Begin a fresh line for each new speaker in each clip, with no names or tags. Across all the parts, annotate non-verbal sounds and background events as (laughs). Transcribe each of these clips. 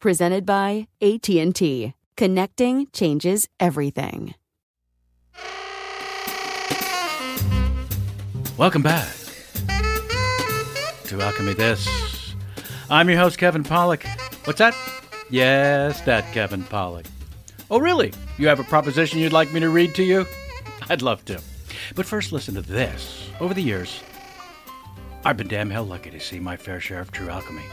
Presented by AT&T. Connecting changes everything.
Welcome back to Alchemy This. I'm your host, Kevin Pollock. What's that? Yes, that Kevin Pollock. Oh, really? You have a proposition you'd like me to read to you? (laughs) I'd love to. But first, listen to this. Over the years, I've been damn hell lucky to see my fair share of true alchemy.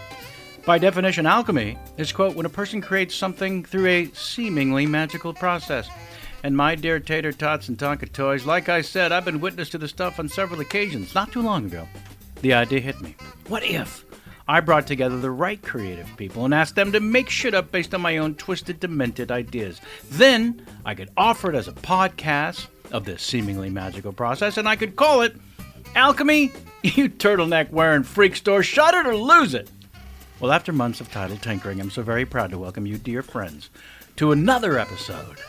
By definition, alchemy is, quote, when a person creates something through a seemingly magical process. And my dear tater tots and Tonka toys, like I said, I've been witness to the stuff on several occasions. Not too long ago, the idea hit me. What if I brought together the right creative people and asked them to make shit up based on my own twisted, demented ideas? Then I could offer it as a podcast of this seemingly magical process, and I could call it Alchemy, (laughs) you turtleneck wearing freak store, shut it or lose it. Well, after months of title tinkering, I'm so very proud to welcome you, dear friends, to another episode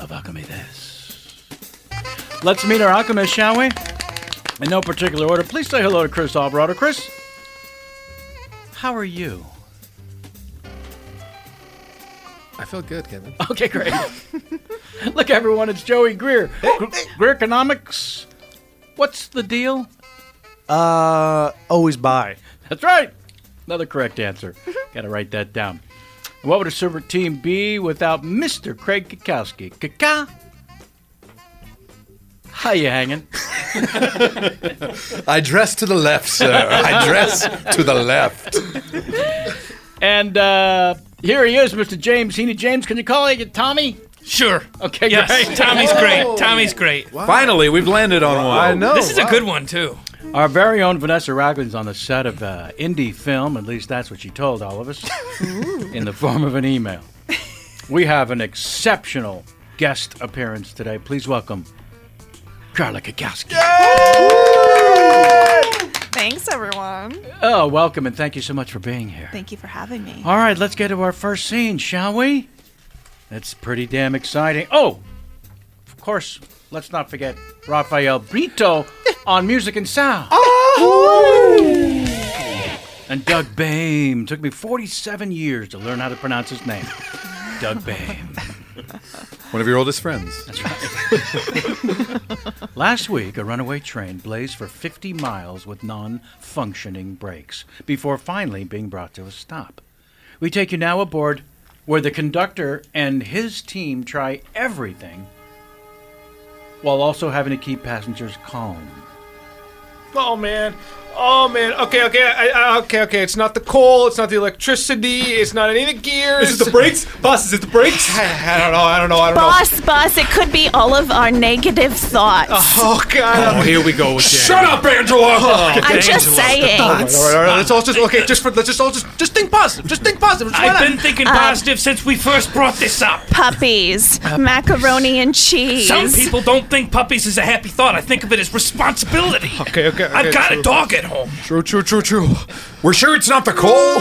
of Alchemy This. Let's meet our alchemist, shall we? In no particular order, please say hello to Chris Alvarado. Chris, how are you?
I feel good, Kevin.
(laughs) Okay, great. Look, everyone, it's Joey Greer. Gre- Greer Economics. What's the deal?
Uh, always buy.
That's right. Another correct
(laughs)
answer. Got to write that down. And what would a super team be without Mr. Craig Kikowski? Kaka? How you hanging?
(laughs) I dress to the left, sir. I dress to the left.
And uh, here he is, Mr. James Heaney. James, can you call it Tommy?
Sure.
Okay,
Yes.
great.
Oh.
Tommy's great. Tommy's great.
Oh,
Finally, we've landed on one.
I know.
This is a good one too.
Our very own Vanessa Ragland's on the set of uh, indie film. At least that's what she told all of us in the form of an email. We have an exceptional guest appearance today. Please welcome Carla Kikowski.
Thanks, everyone.
Oh, welcome and thank you so much for being here.
Thank you for having me.
All right, let's get to our first scene, shall we? That's pretty damn exciting. Oh, of course, let's not forget Rafael Brito on music and sound. And Doug Bame. Took me 47 years to learn how to pronounce his name. Doug Bame.
One of your oldest friends.
Last week, a runaway train blazed for 50 miles with non functioning brakes before finally being brought to a stop. We take you now aboard where the conductor and his team try everything while also having to keep passengers calm.
Oh man. Oh man. Okay, okay, I, I, okay, okay. It's not the coal. It's not the electricity. It's not any of the gears.
Is it the brakes? Boss, is it the brakes?
I, (sighs) I don't know. I don't know. I don't
Boss, boss, it could be all of our
(laughs)
negative thoughts.
know. Oh god.
Oh, here we go again.
Shut up, Angela!
I'm just saying.
Oh, all right, all right. Let's all just okay. Just for let's just all just just think positive. Just think positive. Just
I've been thinking positive since we first brought this up.
Uh, Puppies,
Uh,
macaroni and cheese.
Some people don't think puppies is a happy thought. I think of it as responsibility.
Okay, okay,
I've
okay,
got
true.
a dog at home.
True, true, true, true. We're sure it's not the coal?
(laughs)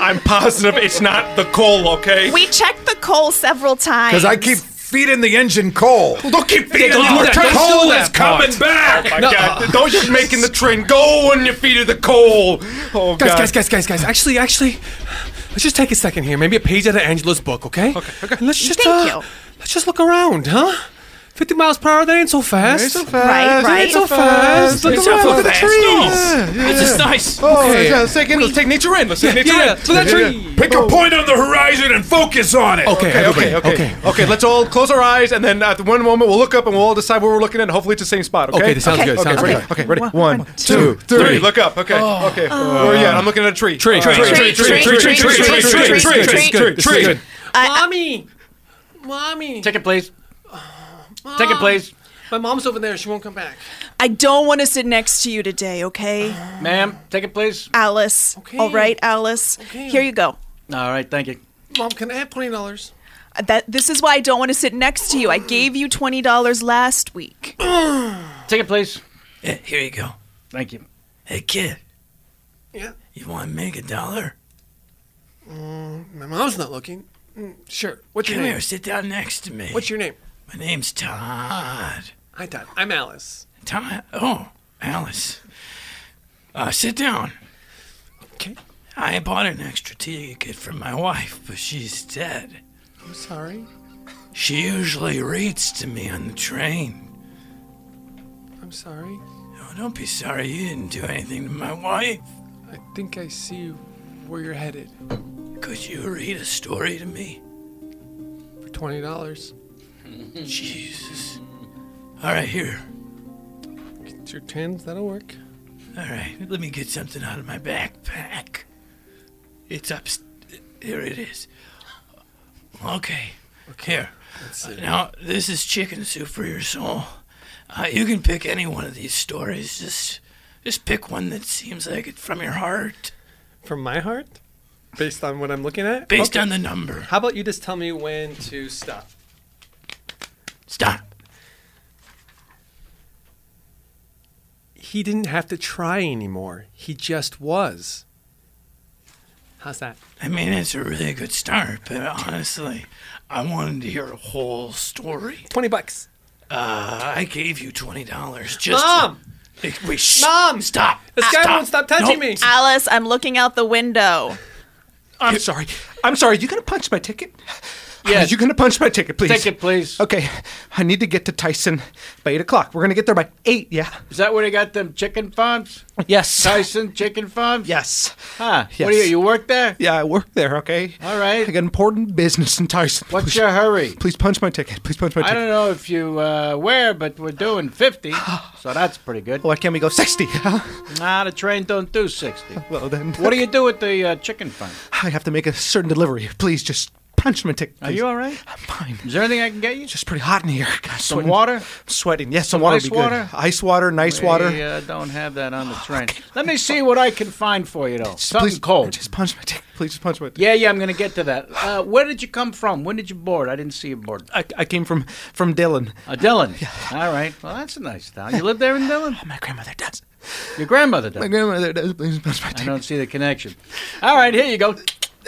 I'm positive it's not the coal. Okay.
We checked the coal several times.
Because I keep feeding the engine coal.
Well, don't keep feeding
don't do
the
that. Don't
coal.
do
Coal
that
is coming
part.
back.
Oh, my No.
God. Don't just making the train go on your feet of the coal. Oh
Guys,
god.
guys, guys, guys, guys. Actually, actually, let's just take a second here. Maybe a page out of Angela's book, okay? Okay, okay. Let's just
Thank
uh,
you.
let's just look around, huh? 50 miles per hour, that ain't so fast.
It's so fast.
Right,
That ain't
right.
so fast. Look
It's
around,
so
look at the
fast.
trees. It's just nice.
Oh, yeah, let's take, it- let's take nature in. Let's take nature
yeah,
in. Oh.
look at that tree.
Pick a point on the horizon and focus on it.
Okay,
Okay, okay,
everybody,
okay, okay, Let's all close our eyes, and then at the one moment we'll look up and we'll all decide where we're looking at. and Hopefully, it's the same spot. Okay,
Okay, this sounds good,
Okay,
sounds
ready?
good.
Okay, ready.
One,
One, two, three. Oh. Look up. Okay, okay. Where are you at? I'm looking at a tree.
Tree, tree, tree,
tree, tree, tree, tree, tree, tree, tree, tree, tree,
This is
tree,
good. This is
tree,
good.
tree.
Mommy, mommy.
Take it, please. Take it, please.
My mom's over there. She won't come back.
I don't want to sit next to you today, okay?
Uh,
Ma'am, take it, please.
Alice.
Okay.
All right, Alice.
Okay.
Here you go.
All right, thank you.
Mom, can I have twenty dollars?
Uh, That this is why I don't want to sit next to you. I gave you twenty dollars last
(clears throat)
week.
Take it, please.
Eh, Here you go.
Thank you.
Hey, kid.
Yeah.
You want to make a dollar?
My mom's not looking. Mm, Sure. What's your
Come
name?
here, sit down next to me.
What's your name?
My name's Todd.
Hi, Todd. I'm Alice.
Todd? Oh, Alice. Uh, sit down.
Okay.
I bought an extra ticket for my wife, but she's dead.
I'm sorry.
She usually reads to me on the train.
I'm sorry.
Oh, don't be sorry you didn't do anything to my wife.
I think I see where you're headed
Could you read a story to me?
for twenty dollars.
Jesus. All right, here.
It's your tens. That'll work.
All right, let me get something out of my backpack. It's up. Here it is. Okay. Here. Now, this is chicken soup for your soul. Uh, you can pick any one of these stories. Just, just pick one that seems like it from your heart,
From my heart, based on what I'm looking at.
based on the number.
How about you just tell me when to stop?
Stop.
He didn't have to try anymore. He just was. How's that?
I mean, it's a really good start, but honestly, I wanted to hear a whole story.
Twenty bucks.
Uh, I gave you twenty dollars just.
Mom!
To, Hey, wait, shh,
Mom!
Stop!
This guy won't stop touching me.
Alice, I'm looking out the window.
I'm sorry. I'm sorry. You gonna punch my ticket?
Yes.
You Oh, gonna punch my ticket, please?
Take it, please.
Okay, I need to get to Tyson by eight o'clock. We're gonna get there by eight. Yeah.
Is that where they got them chicken farms?
Yes.
Tyson chicken farms?
Yes.
Huh?
Yes.
What are you? You work there?
Yeah, I work there. Okay.
All right.
I got important business in Tyson.
What's
please,
your hurry?
Please punch my ticket. Please punch my
I
ticket.
don't know if you uh, where, but we're doing
(sighs)
50, so that's pretty good.
Why can't we go sixty? (laughs) Huh?
Nah, the train don't do 60.
Well then.
What do you do with the uh, chicken farm?
I have to make a certain delivery. Please just punch me, tick.
Are you all right?
I'm fine.
Is there anything I can get you? It's
just pretty hot in here. God,
Some
sweating.
water?
I'm sweating. Yes, some,
Some
water
ice
would be
water?
good. Ice water, nice water. Oh,
We uh, don't have that on the train. Let me see what I can find for you, though. Something cold.
Just punch my dick. Please just punch my dick.
Yeah, yeah, I'm going to get to that. Uh, where did you come from? When did you board? I didn't see you board.
I, I came from from Dillon.
Uh,
(laughs)
Dillon. All right. Well, that's a nice town. You live there in Dillon?
my grandmother does.
Your grandmother does.
My grandmother does. Please punch my
I don't see the connection. All right, here you go.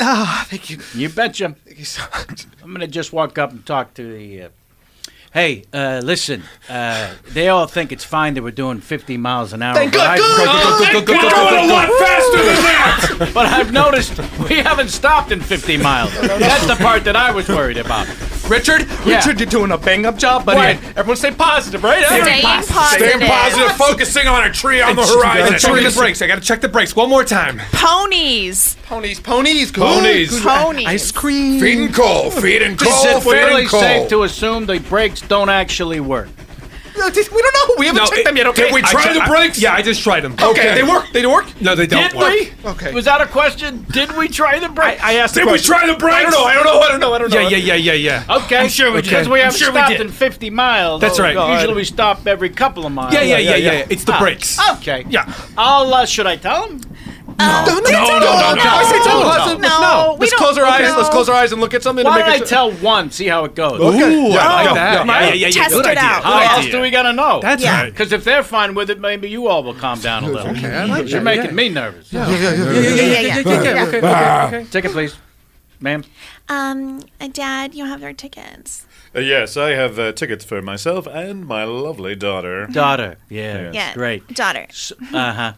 Ah, thank you.
You betcha. Thank
you so much.
I'm going to just walk up and talk to the. Uh, hey, uh, listen. Uh, they all think it's fine that we're doing 50 miles an hour.
Thank
but
God.
I've-
Good, good, good, good, good, We're good, going good, a lot good. faster than that.
but I've noticed we haven't stopped in 50 miles. That's the part that I was worried about.
Richard,
Yeah.
Richard, you're doing a bang up job, buddy. Everyone stay positive, right?
Staying
Everyone
Staying positive, focusing on a tree on the
It's-
horizon.
it's-
Checking the
trees.
brakes. I gotta check the brakes one more time.
Ponies.
Ponies. Ponies.
Ponies.
Ponies.
Ice cream.
Feeding
(laughs)
coal, feeding coal,
Is it
feeding
fairly
coal.
safe to assume the brakes don't actually work?
No, just- We don't know. We haven't
No,
checked
it-
them yet. Okay.
Did we
I
try
ju-
the
I-
brakes? Yeah, I just tried them.
Okay, they work. They work.
No, they don't
Did
work.
we?
Okay.
Was that a question? Did we try the brakes?
I asked.
Did we try the brakes?
I don't know. I don't know. I don't know. I don't know.
Yeah, yeah, yeah, yeah, yeah.
Okay.
I'm sure we did.
Because we
I'm
haven't
sure we
stopped
did.
in 50 miles.
That's
Oh,
right.
God. Usually
Usually
we stop every couple of miles.
Yeah, yeah, yeah, yeah, yeah. It's the
Ah,
brakes.
Okay.
Yeah.
I'll, uh, should I tell him?
No, no,
no, no, no.
I say tell
No,
them. Let's-
no.
let's-
No,
no.
we
Let's
don't-
close our eyes.
no.
Let's close our eyes and look at something.
Why
to
don't
make
I
it
tell one, see how it goes?
Okay. Ooh, I like
that. Yeah, yeah, yeah, yeah,
Test
good
it
idea.
out.
Good
How else
idea.
do we gotta know?
That's Yeah. right.
Because if they're fine with it, maybe you all will calm down a little.
like
You're
that,
making
yeah. Ah.
me nervous.
yeah, yeah, yeah, yeah. Okay, okay.
Ticket, please, ma'am.
Ah.
Um, uh, Dad, you have your tickets.
Uh, yes, I have uh, tickets for myself and my lovely daughter.
Daughter, yeah,
Yeah.
great.
Daughter.
Uh huh.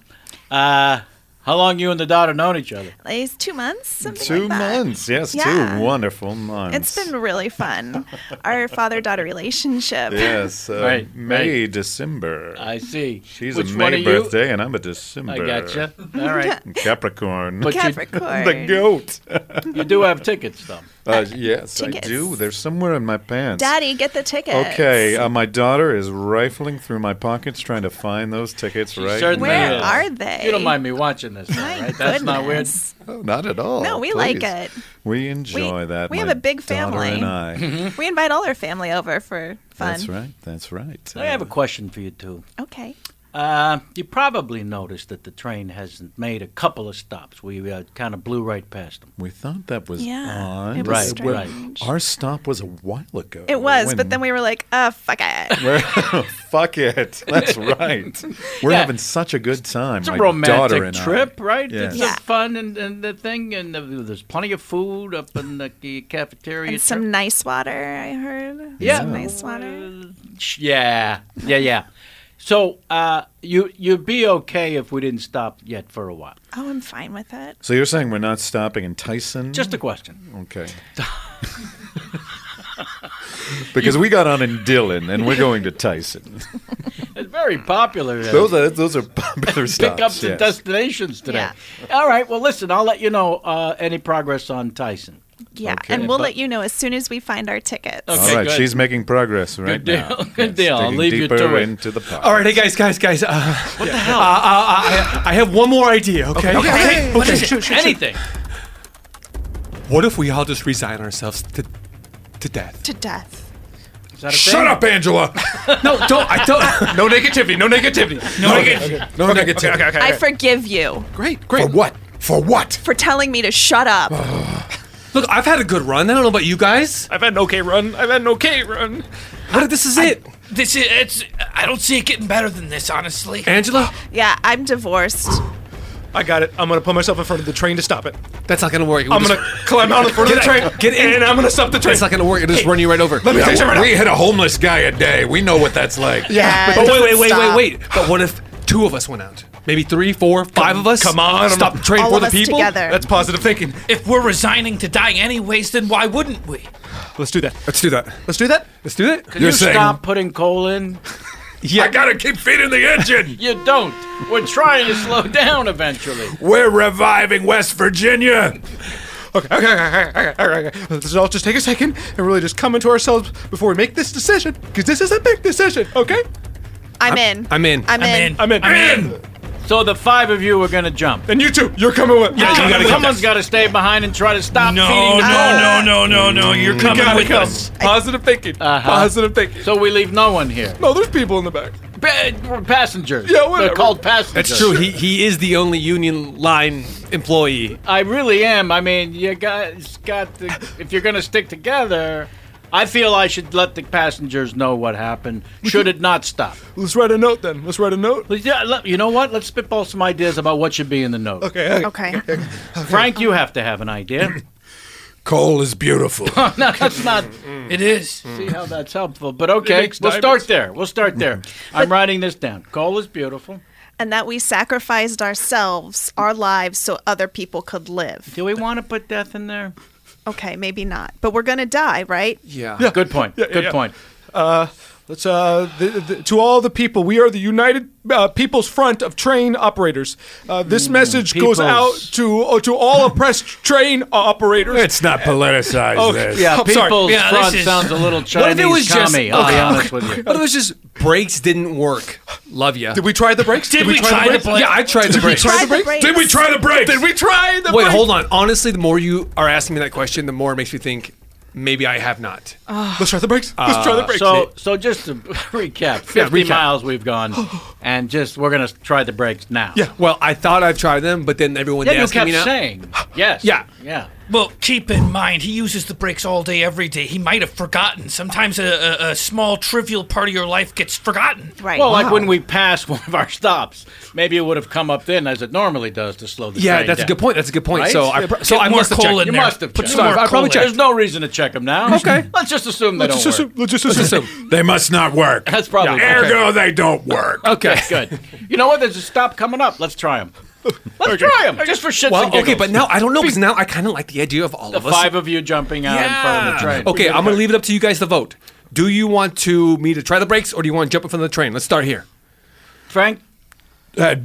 Uh, how long you and the daughter known each
(laughs)
other?
At least two months? Something
two
like that.
months, yes,
Yeah.
two wonderful months.
It's been really fun. Our father daughter relationship.
(laughs)
Yes, uh,
Right,
May December.
I see.
She's
Which
a
one are
May
you?
birthday, and I'm a December.
(laughs)
gotcha. All right.
Capricorn.
But you-
Capricorn.
the goat.
You do have tickets though.
Uh, yes,
Tickets.
I do. They're somewhere in my pants.
Daddy, get the tickets.
Okay, uh, my daughter is rifling through my pockets trying to find those tickets right
certainly
now.
Where
Yeah.
are they?
You don't mind me watching this, though,
My
right? That's not weird.
goodness.
Oh, not at all.
No, we like
please.
it.
We enjoy
We-
that.
we
my
have a big
daughter
family. (laughs)
And I.
We invite all our family over for fun.
That's right. That's right.
I have a question for you too.
Okay.
Uh, you probably noticed that the train hasn't made a couple of stops. We uh, kind of blew right past them.
We thought that was
Yeah,
odd.
it
was
Uh, well,
strange.
Our stop was a while ago.
It was,
Uh, When-
but then we were like, uh, fuck (laughs) it.
We're- fuck it. (laughs)
(laughs)
That's right. We're
Yeah.
having such a good time.
It's a
my daughter
romantic
and I.
trip, right?
Yes.
It's
Yeah.
a fun and, and the thing, and the, there's plenty of food up in the (laughs) ca- cafeteria.
And some nice water, I heard.
Yeah.
Some nice water.
yeah, yeah, yeah. So uh, you you'd be okay if we didn't stop yet for a while.
Oh, I'm fine with it.
So you're saying we're not stopping in Tyson?
Just a question.
(laughs)
Okay. because we got on in Dillon and we're going to Tyson.
It's very popular. uh,
Those are those are popular stops.
pick up the
yes.
destinations today. All right. Well, listen, I'll let you know uh, any progress on Tyson.
Yeah.
Okay.
And we'll
But-
let you know as soon as we find our tickets.
Okay,
All right,
good.
she's making progress right
deal,
now.
(laughs) good deal. I'll
digging
leave you
deeper
to it.
into the pot.
All right, hey guys, guys, guys. Uh, what the
hell?
Uh, uh, I, I have one more idea. Okay.
Okay, okay,
okay.
Anything.
What if we all just resign ourselves to to death?
To death.
Is that a
Shut
thing?
up, Angela. no, don't. I (laughs) don't.
No negativity. No negativity.
No negativity.
No negativity. Okay, okay,
I
okay.
forgive you
Great, great. For what? For what?
for telling me to shut up.
Look, I've had a good run. I don't know about you guys.
I've had an okay run. I've had an okay run.
What if this is it?
This is it's. I don't see it getting better than this, honestly.
Angela,
yeah, I'm divorced.
I got it. I'm gonna put myself in front of the train to stop it.
that's not gonna work.
I'm gonna climb out in front of the train.
Get in.
And I'm gonna stop the train.
That's not gonna work. It'll just run you right over.
Let me take you right
we
out.
hit a homeless guy a day. We know what that's like.
Yeah,
But
it
wait, wait,
doesn't
wait,
stop.
wait, wait. But what if two of us went out? Maybe three, four, five of us.
Come on.
Stop the train
All
for
of
the
us
people.
together.
That's positive thinking.
If we're resigning to die anyways, then why wouldn't we?
Let's do that.
Let's do that.
Let's do that.
Let's do that.
Can you stop putting coal in?
Yeah.
I gotta keep feeding the
(laughs)
engine.
You don't. We're trying to slow down eventually.
We're reviving West Virginia.
Okay, okay, okay, okay, okay, okay, okay. Let's all just take a second and really just come into ourselves before we make this decision, because this is a big decision. Okay?
I'm in.
I'm in.
I'm in.
I'm in.
I'm in.
So the five of you are going to jump.
And you too. You're coming with.
Yeah,
you gotta get
Someone's got to stay behind and try to stop
No,
feeding.
no,
the-
no, no, no, no, you're
You
coming
gotta
with
come. Uh-huh.
us. Positive thinking. Positive thinking.
So we leave no one here.
No, there's people in the back.
Pa- passengers.
Yeah, whatever.
They're called passengers.
That's true. He he is the only union line employee.
I really am. I mean, you guys got to, if you're going to stick together, I feel I should let the passengers know what happened. Should it not stop?
Let's write a note then. Let's write a note.
Yeah, look, you know what? Let's spitball some ideas about what should be in the note.
Okay.
Okay.
Frank, you have to have an idea.
(clears throat)
Coal is beautiful.
(laughs) no, that's not.
It is.
See how that's helpful. But okay,
makes
we'll
diamonds.
start there. We'll start there.
Mm-hmm.
I'm writing this down. Coal is beautiful.
and that we sacrificed ourselves, our lives, so other people could live.
Do we want to put death in there?
Okay, maybe not. But we're going to die, right?
Yeah.
Good point.
Yeah, yeah,
Good
yeah.
point.
Uh, let's uh, the, the, to all the people. We are the United uh, People's Front of Train Operators. Uh,
Hmm,
this message
peoples.
goes out to uh, to all oppressed train operators.
Let's not politicize this.
Yeah,
I'm sorry.
people's
Yeah, this
front
is-
sounds a little Chinese
What if it was just?
commie. I'll be
okay,
honest
okay,
with you.
okay. What if it was just brakes didn't work? Love ya.
Did we try the brakes?
Did, we, try, the brakes? Yeah, I tried the
Did we
brakes.
try the brakes?
Did we try the brakes?
Did we try the
Wait,
brakes?
hold on. Honestly, the more you are asking me that question, the more it makes me think maybe I have not.
Let's try the brakes. Let's try the brakes.
Uh, So, so just to (laughs) recap, 50
recap.
miles we've gone,
(sighs)
and just we're gonna try the brakes now.
Yeah. Well, I thought I've tried them, but then everyone
Yeah, you
asking
kept
me
(gasps)
now.
saying yes.
Yeah.
yeah.
Well, keep in mind, he uses the brakes all day, every day. He might have forgotten. Sometimes a, a, a small, trivial part of your life gets forgotten.
Right.
Well, like when we passed (laughs) one of our stops, maybe it would have come up then as it normally does to slow the
Yeah,
train
that's a
down.
good point. That's a good point.
Right?
So I pr- so
Get
I
more
must have
coal
checked.
in
You
there.
must have
Put
checked.
some more
Sorry, I probably
coal in.
checked.
There's no reason to check them now.
Okay.
Let's just assume they
Let's
don't
just
work.
assume. Let's just assume.
They must not work.
That's probably
Yeah,
okay.
ergo they
(laughs)
don't work.
Okay.
Good. You know what? There's a stop coming up. Let's try them. Let's try them just for shits and
Well, okay,
giggles.
but now I don't know because now I kind of like the idea of all
the
of us.
five of you jumping out in front of the train.
Okay, I'm gonna leave it up to you guys to vote. Do you want to me to try the brakes, or do you want to jump in front of the train? Let's start here.
Frank,
Uh,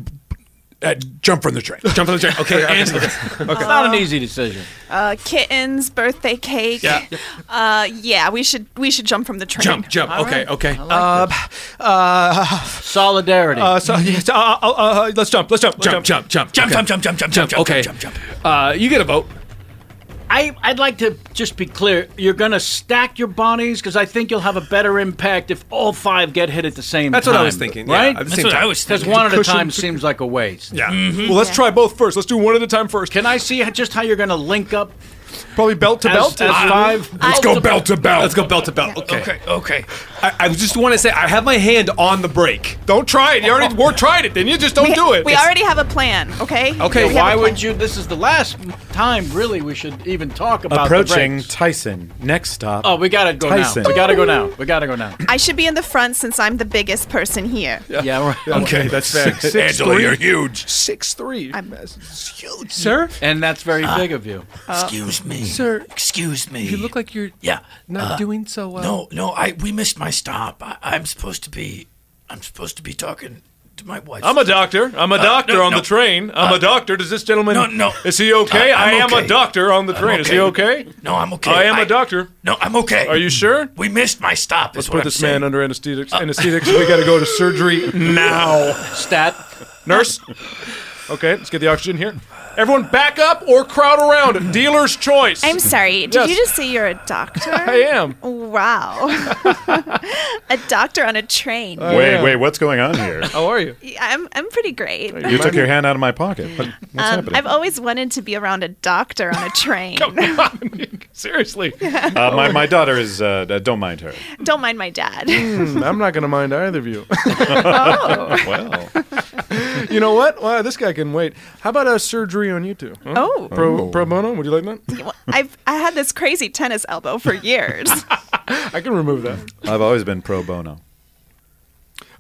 uh, jump from the train.
(laughs) Jump in front of the train. Okay, and-
it's not an easy decision.
Uh, kittens, birthday cake.
Yeah.
Uh, yeah, we should we should jump from the train.
jump, jump.
All
okay,
right.
okay.
Uh, uh,
Solidarity.
uh, so, yes, uh, uh, uh, let's jump. Let's jump. Let's
jump, jump, jump,
Jump,
okay.
jump, jump, jump, jump, jump, jump,
Okay.
jump, jump, jump.
Uh, you get a vote.
I, I'd like to just be clear. You're going to stack your bodies because I think you'll have a better impact if all five get hit at the same
That's
time.
what I was thinking. yeah,
Right?
at the
That's
same
what
time.
I was
Because
thinking. Mm-hmm.
one at a
Cushion
time
to-
seams like a waste.
Yeah.
Well, let's try both first. Let's do one at a time first.
Mm-hmm. Can I see how- just how you're going to link up
Probably belt to
as,
belt.
as five?
Let's go belt to belt.
Let's go belt to belt. Okay.
Okay, okay.
I, I just want to say I have my hand on the brake.
Don't try it. You already we tried it. Then you just don't
We,
do it.
we already have a plan, okay?
Okay,
We have
Why
a
would
plan.
you? This is the last time, really, we should even talk about the
Approaching
brakes.
Tyson. Next stop.
Oh, we gotta go
Tyson.
now. We gotta go now. We gotta go now.
I should be in the front since I'm the biggest person here.
Yeah, right.
Okay, that's fair. Angela,
three.
you're huge.
six three.
I'm-
It's huge.
Sir?
And that's very big of you. Uh,
Excuse me.
Sir,
Excuse me.
You look like you're
Yeah.
not
uh,
doing so well.
No, no, I we missed my stop. I, I'm supposed to be I'm supposed to be talking to my wife.
I'm a doctor. I'm a doctor
Uh, no,
on
no. Uh,
the train. I'm a doctor. Does this gentleman?
no, no.
Is he okay?
Uh,
I
I'm
am a
okay.
doctor on the
I'm
train. Is he okay?
No, I'm okay.
I am a doctor.
No, I'm okay.
Are you sure?
We missed my stop.
Let's
is
put
what I'm
this
saying.
man under anesthetics. anesthetics. We got to go to surgery now.
Stat.
Nurse. Okay, let's get the oxygen here. Everyone, back up or crowd around. Dealer's choice.
I'm sorry. Did
Yes.
you just say you're a doctor?
(laughs) I am.
Wow. (laughs) a doctor on a train.
wait, wait, what's going on here?
Oh, (laughs) How are you?
I'm, I'm pretty great.
You took your hand out of my pocket. What, what's
Um,
happening?
I've always wanted to be around a doctor
(laughs)
on a train.
Seriously.
uh, my, my daughter is, uh, uh, don't mind her.
(laughs) Don't mind my dad.
Hmm, (laughs) I'm not going to mind either of you. (laughs)
Oh.
Well,
You know what? Wow, this guy can wait. How about a surgery on you two? Huh?
Oh.
Pro, pro bono? Would you like that?
(laughs) I've I had this crazy tennis elbow for
(laughs)
years.
I can remove that.
I've always been pro bono.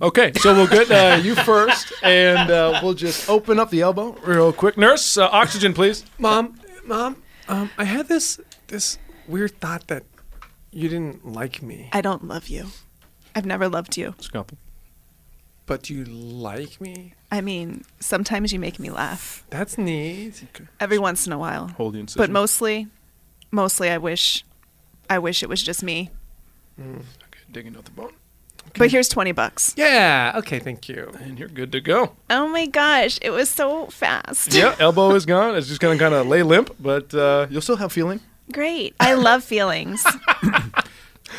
Okay, so we'll get uh, you first, and uh, we'll just open up the elbow real quick. Nurse, uh, oxygen, please.
Mom, mom, um, I had this this weird thought that you didn't like me,
I don't love you. I've never loved you.
but you like me.
I mean, sometimes you make me laugh
That's neat.
every once in a while.
Hold the incision.
But mostly, mostly I wish, I wish it was just me.
okay, digging out the bone.
But here's 20 bucks.
Yeah. Okay. Thank you.
And you're good to go.
Oh my gosh, it was so fast.
Yeah, (laughs) elbow is gone. It's just gonna kind of lay limp, but uh, you'll still have feeling.
Great. I love feelings.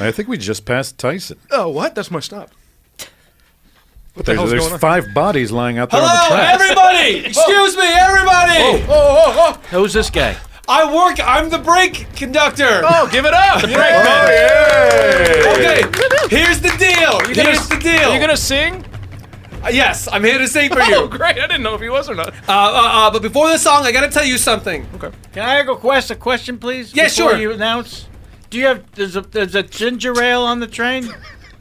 I think we just passed Tyson.
Oh, what? That's my stop.
But
the
there's
hell's
there's
going on?
five bodies lying out there on the
Hello,
tracks.
(laughs)
everybody! Excuse me, everybody! Oh, oh, oh.
Who's this guy?
I work. I'm the brake conductor. Oh,
Oh, give it up! The brake
Okay, here's the deal.
gonna
here's
s-
the deal.
Are you gonna sing?
Uh, yes, I'm here to sing
(laughs)
for
Oh,
you.
great! I didn't know if he was or not.
Uh, uh, uh, but before the song, I gotta tell you something. Okay.
Can I request a question, please?
Yeah,
before
sure.
You announce. Do you have there's a there's a ginger ale on the train?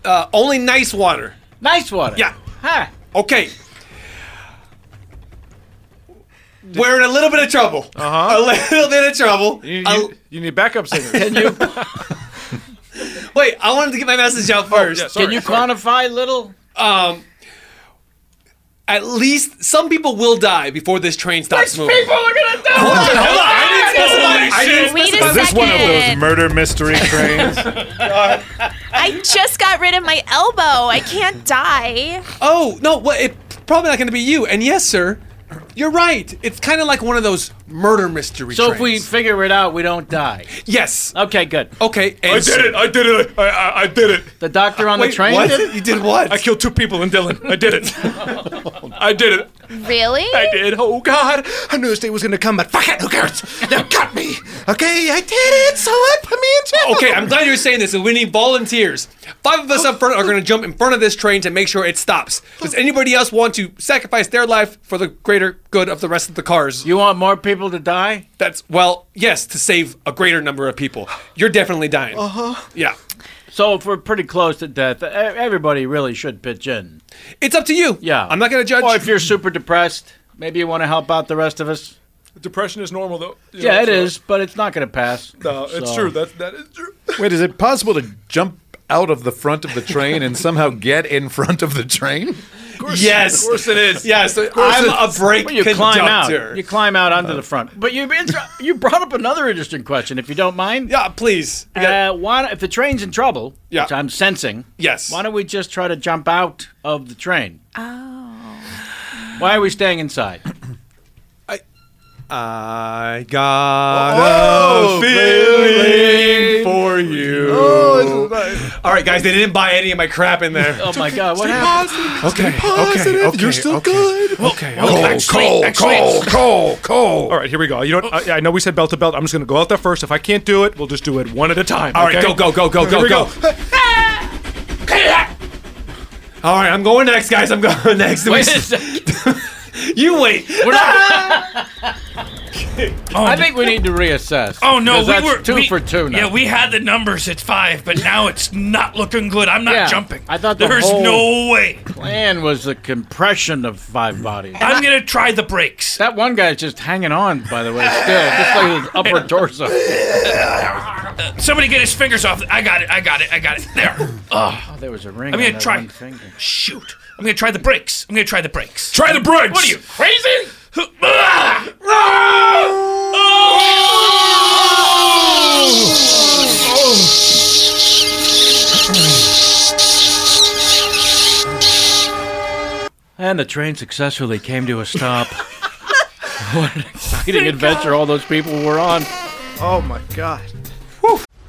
Uh, only nice water.
Nice water.
Yeah.
Hi.
Okay. We're in a little bit of trouble. Uh-huh. A little bit of trouble.
You,
A-
you- you need backup singers. (laughs)
wait, I wanted to get my message out first.
Oh, yeah, sorry, Can you sorry.
quantify little?
Um, at least some people will die before this train stops moving.
people are gonna die.
Hold on, hold on. I didn't
Holy shit. Wait
specify. (laughs) I didn't
a
specify.
Is this one of those
Second.
murder mystery (laughs) trains?
I just got rid of my elbow. I can't die.
Oh no! What? It, probably not going to be you. And yes, sir, you're right. It's kind of like one of those murder mystery.
So
trains.
if we figure it out, we don't die.
yes,
Okay, good.
okay.
I did it! I did it! I, I, I did it!
The doctor on
Ah, Wait,
the train
what?
did it?
You did what?
I killed two people in Dylan. I did it. (laughs) I did it.
Really?
I did. Oh God! I knew this day was gonna come, but fuck it, who cares? They got me. Okay, I did it. So what? Put me in jail.
Okay, I'm glad you're saying this, and we need volunteers. Five of us up front are going to jump in front of this train to make sure it stops. Does anybody else want to sacrifice their life for the greater good of the rest of the cars?
You want more people to die?
That's well, yes, to save a greater number of people. You're definitely dying.
Oh.
Uh
Uh-huh.
huh. Yeah.
So if we're pretty close to death, e- everybody really should pitch in.
It's up to you.
Yeah.
I'm not going to judge.
Or if you're super depressed, maybe you want to help out the rest of us.
Depression is normal though. You
Yeah,
know,
it
so-
is, but it's not going to pass.
No, it's
So-
true. That that is true.
Wait, is it possible to jump out of the front of the train and somehow get in front of the train?
yes.
Of course it is.
Yes,
course
I'm a brake
Well, you
conductor. Uh.
climb out. You climb out onto the front. But you you brought up another interesting question, if you don't mind.
yeah, please. You got-
Uh, why, if the train's in trouble,
Yeah.
which I'm sensing,
Yes.
why don't we just try to jump out of the train? Oh. Why are we staying inside?
I got
Oh,
a feeling for you.
Oh,
All right, guys, they didn't buy any of my crap in there.
Oh my God, what happened?
Okay, okay, okay. You're still good. Okay,
okay.
okay. Coal, coal, coal, coal, coal.
All right, here we go. You know, I, I know we said belt to belt. I'm just gonna go out there first. If I can't do it, we'll just do it one at a time.
All right,
okay?
go, go, go, go,
Here
go,
we
go. All right, I'm going next, guys. I'm going (laughs) next.
Wait a second.
(laughs) you wait.
We're not- I think we need to reassess.
Oh no,
because
we
that's
were
two
we-
for two now.
Yeah, we had the numbers at five, but now it's not looking good. I'm not
Yeah,
jumping.
I thought the
there's
whole-
no way.
plan was the compression of five bodies.
I'm gonna try the brakes.
That one guy's just hanging on, by the way, still, just like his upper
(laughs)
torso.
Somebody get his fingers off. I got it. I got it. I got it. There. Oh,
Oh, there was a ring.
I'm
on
gonna
that
try.
one finger.
Shoot. I'm gonna try the brakes. I'm gonna try the brakes.
Try the brakes.
What are you crazy?
And the train successfully came to a stop. what an exciting adventure all those people were on.
Oh my God.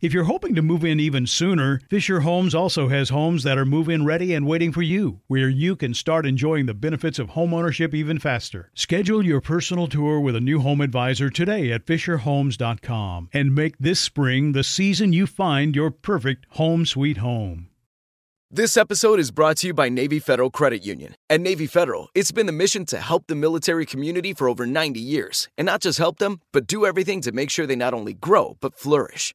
If you're hoping to move in even sooner, Fisher Homes also has homes that are move in ready and waiting for you, where you can start enjoying the benefits of homeownership even faster. Schedule your personal tour with a new home advisor today at FisherHomes.com and make this spring the season you find your perfect home sweet home.
This episode is brought to you by Navy Federal Credit Union. At Navy Federal, it's been the mission to help the military community for over 90 years, and not just help them, but do everything to make sure they not only grow, but flourish.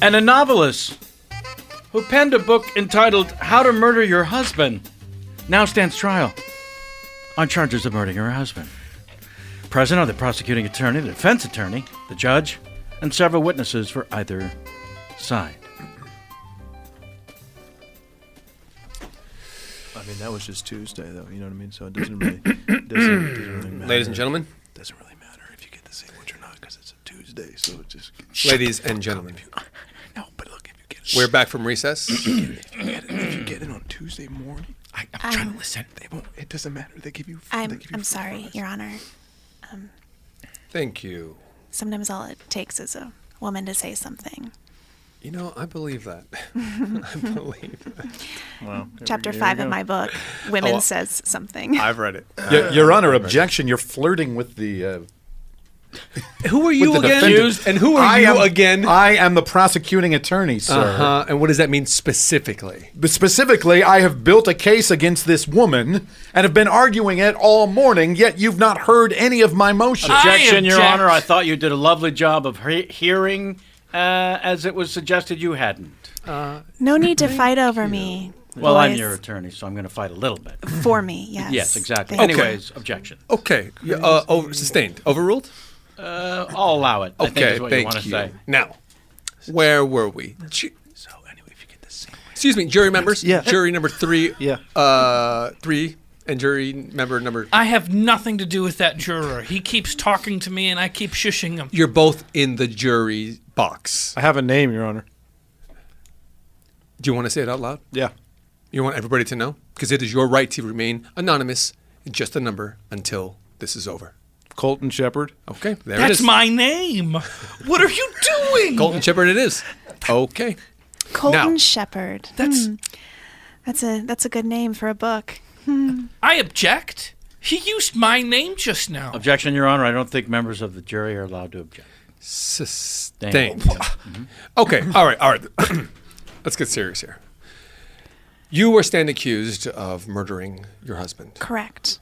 And a novelist who penned a book entitled How to Murder Your Husband now stands trial on charges of murdering her husband. Present are the prosecuting attorney, the defense attorney, the judge, and several witnesses for either side.
I mean, that was just Tuesday, though. You know what I mean? So it doesn't really, doesn't,
(clears throat)
doesn't really matter.
Ladies and gentlemen.
doesn't really matter if you get the sandwich or not because it's a Tuesday. So it just
Ladies and gentlemen.
uh, No, but look, if you get it,
We're back from recess.
if you get it, if you get it, if you get it on Tuesday morning, I, I'm, trying to listen. They won't. It doesn't matter. They give you. they
I'm,
give you
I'm
four
sorry,
hours.
Your Honor. Um,
Thank you.
sometimes all it takes is a woman to say something.
You know, I believe that. (laughs)
(laughs)
I believe that.
Wow. Chapter 5 of my book, Women
well,
Says Something.
I've read it. Uh, Your, Your Honor, objection. You're flirting with the. Uh,
(laughs) Who are
with
you
the
again?
defendant.
And who are
I
you
am-
again?
I am the prosecuting attorney, sir.
Uh-huh. And what does that mean specifically?
But specifically, I have built a case against this woman and have been arguing it all morning, yet you've not heard any of my motions.
Objection, Your Honor. I thought you did a lovely job of he- hearing uh, as it was suggested you hadn't.
Uh,
No need to fight over me.
Well, I'm
boys.
your attorney, so I'm going to fight a little bit.
For me, yes.
Yes, exactly.
Thank you.
Anyways, objection.
Okay. Yeah, Uh, over, sustained. Overruled?
Uh, I'll allow it. I think
Okay,
is what you
thank
want to
you.
say.
Now, where were we? Ju- Excuse me, jury members.
Yeah.
(laughs) Jury number three. Yeah. Uh, three and jury member number.
I have nothing to do with that juror. He keeps talking to me, and I keep shushing him.
You're both in the jury box.
I have a name, Your Honor.
Do you want to say it out loud?
Yeah.
You want everybody to know because it is your right to remain anonymous, and just a number until this is over.
Colton Shepard.
Okay, there it
That's
is.
my name. What are you doing?
Colton Shepard. It is. Okay.
Colton
Now-
Shepherd. That's that's a that's a good name for a book. Hmm.
I object. He used my name just now.
Objection, Your Honor. I don't think members of the jury are allowed to object.
Sustained. Okay, all right, all right. (clears throat) Let's get serious here. You were stand accused of murdering your husband.
Correct.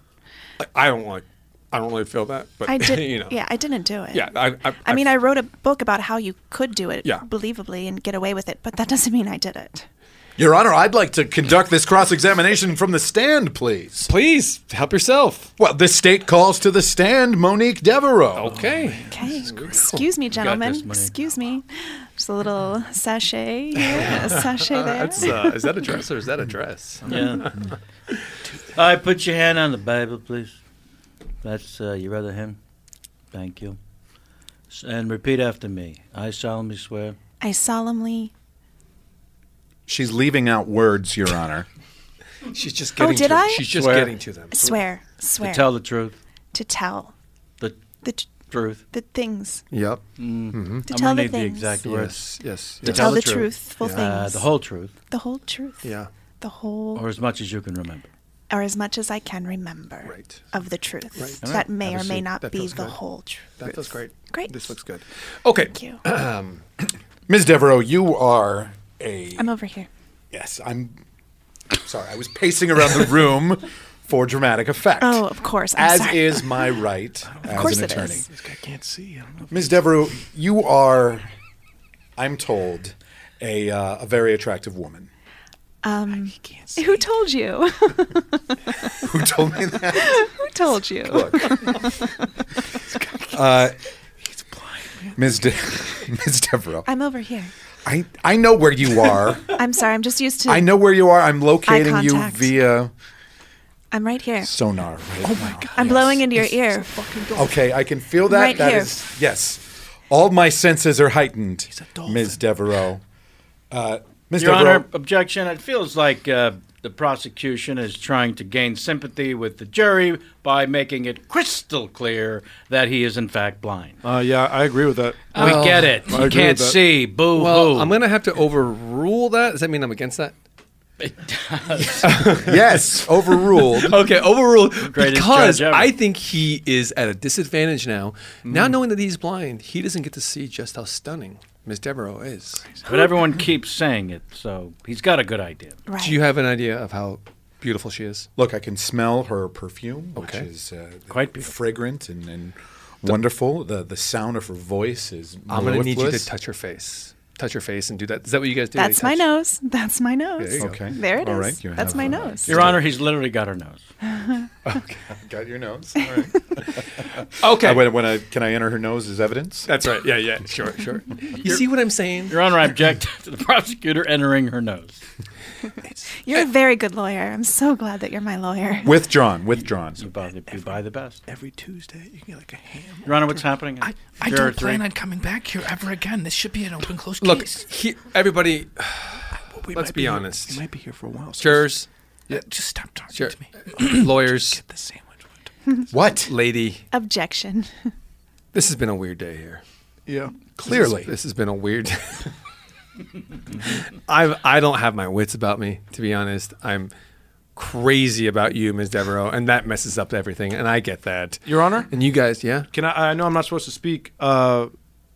Like, I don't like. I don't really feel that, but (laughs)
I did.
you know.
Yeah, I didn't do it.
Yeah, I, I,
I mean, I wrote a book about how you could do it
Yeah.
believably and get away with it, but that doesn't mean I did it.
Your Honor, I'd like to conduct this cross examination from the stand, please.
Please, help yourself.
Well, the state calls to the stand Monique Devereaux.
Okay.
Okay. Excuse me,
this
gentlemen.
money.
Excuse me. Just a little sachet here, a sachet there.
That's, uh, is that a dress or is that
(laughs)
a dress?
Yeah. All right, put your hand on the Bible, please. That's uh, your other hand. Thank you. S- And repeat after me. I solemnly swear.
I solemnly.
She's leaving out
(laughs)
words, Your Honor.
She's just
Oh, did I?
Swear.
Swear, swear.
To tell the truth.
To tell
The
the tr-
truth.
the things.
Yep.
Mm-hmm.
To
I'm
tell
gonna
the
need
things.
the exact
Yes,
words.
yes,
To yes. tell the truthful
Uh,
things.
the whole truth,
The whole truth.
Yeah.
The whole,
or as much as you can remember.
or as much as I can remember of the truth.
Right.
That
All right.
may
Have
or
a
may
seat.
not
That
be
feels
the
good.
whole truth.
That feels great.
Great.
This looks good.
Okay.
Thank you.
Um, (clears throat) Ms. Devereaux, you are a.
I'm over here.
Yes, I'm. Sorry, I was pacing around the
(laughs)
room for dramatic effect.
Oh, of course. I'm
as
sorry.
is my
(laughs)
right as
course
an
it is.
attorney.
This
guy can't see. Ms. Devereaux, you are, I'm told, a, uh, a very
(laughs)
attractive woman.
Um, who told you?
Who told me that?
who told you?
Uh, Ms. De- (laughs) Ms. Devereaux,
(laughs) I'm over here.
I, I know where
(laughs)
you are.
I'm sorry. I'm just used to.
I know where you are. I'm locating you
contact.
via
I'm right here.
sonar. Right oh my god.
I'm blowing into your ear.
Okay, I can feel that. That
Right
is
here.
yes. All my senses are heightened, Ms. Devereaux. Uh, Ms.
Your
Devereaux,
Honor, objection. It feels like uh, the prosecution is trying to gain sympathy with the jury by making it crystal clear that he is in fact blind.
Uh, yeah, I agree with that.
We get it.
I
you
agree
can't
with that.
see. Boo
Oh. Well,
hoo.
I'm gonna have to overrule that. Does that mean I'm against that? (laughs)
yes, overruled.
okay, overruled.
Greatest
because
judge ever. Hmm.
I think he is at a disadvantage now. Now knowing that he's blind, he doesn't get to see just how stunning Miss Devereaux is.
But everyone keeps saying it, so he's got a good idea.
Do you have an idea of how beautiful she is?
Look, I can smell her perfume,
Okay.
which is uh, quite fragrant and, and wonderful. The the sound of her voice is.
I'm gonna need you to
mellifluous.
touch her face. Touch her face and do that. Is that what you guys do?
That's
You
my
touch-
nose. That's my nose.
There you go.
Okay.
There it is.
All right, you
That's
have,
my
uh,
nose.
Your Honor, he's literally got her nose.
Got
(laughs)
your nose. All right.
Okay.
Uh, when, when I, can I enter her nose as evidence?
That's right. Yeah, yeah. Sure, sure. You
Your-
see what I'm saying?
Your Honor, I object (laughs) to the prosecutor entering her nose.
(laughs) You're a very good lawyer. I'm so glad that you're my lawyer.
Withdrawn. Withdrawn.
You buy the, you buy the best.
Every Tuesday, you can get like a ham.
Your Honor, what's happening?
I, I
Juror
don't plan
three.
on coming back here ever again. This should be an open close
Look,
case.
he, everybody. (sighs)
we
let's
might
be
here-
honest.
we might be here for a while. so
Jurors.
Yeah, just stop talking to
(clears throat)
me.
lawyers. Get the
sandwich.
What?
Lady,
Objection.
this has been a weird day here.
Yeah.
Clearly. This, has been a weird (laughs) I I don't have my wits about me, to be honest. I'm crazy about you, Ms. Devereaux, and that messes up everything, and I get that.
Your Honor?
And you guys, yeah?
Can I? I know I'm not supposed to speak. Uh,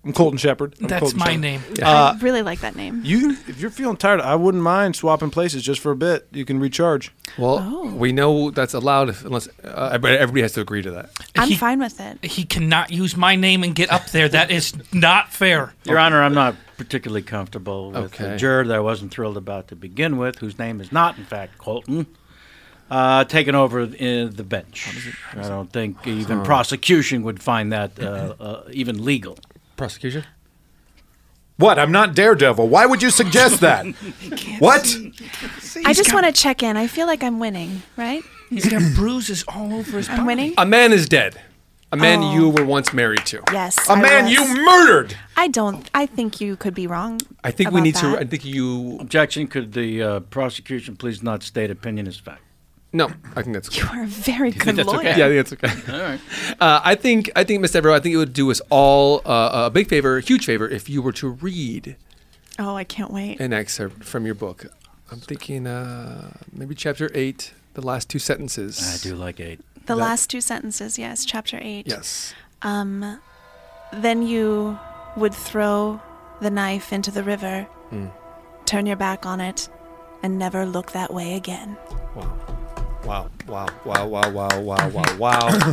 I'm Colton Shepard. I'm
That's
Colton
my
Shepherd.
name.
Uh,
I really like that name.
you, if you're feeling tired, I wouldn't mind swapping places just for a bit. You can recharge.
Well, we know that's allowed if, unless uh, everybody everybody has to agree to that.
I'm fine with it.
He cannot use my name and get up there. That is not fair. Oh.
Your Honor, I'm not particularly comfortable with the
Okay.
juror that I wasn't thrilled about to begin with, whose name is not, in fact, Colton, uh, taking over uh, the bench. I don't think even
Huh.
prosecution would find that uh, uh, even legal.
Prosecution?
What? I'm not Daredevil. Why would you
(laughs)
(laughs)
suggest that? what?
I just want to check in. I feel like I'm winning, right?
He's got bruises all over his
I'm winning?
A man is dead. A man
Oh.
you were once married to.
Yes.
A
I
man
was.
you murdered.
I don't. I think you could be wrong.
I think we
about
need to.
that.
I think you.
Objection. Could the uh, prosecution please not state opinion as fact?
No, I think that's. Okay.
You are a very
You think
good
that's
lawyer.
okay? Yeah, I think (laughs) that's okay.
All right.
Uh, I think I think Miss Devereaux, I think it would do us all uh, a big favor, a huge favor, if you were to read
Oh, I can't wait.
an excerpt from your book. I'm thinking uh, maybe chapter eight, the last two sentences.
I do like eight.
The
That-
last two sentences, yes, chapter 8.
Yes.
Um, then you would throw the knife into the river,
Hmm.
Mm.
turn your back on it, and never look that way again.
Wow, wow, wow, wow, wow, Oh, wow, wow, wow,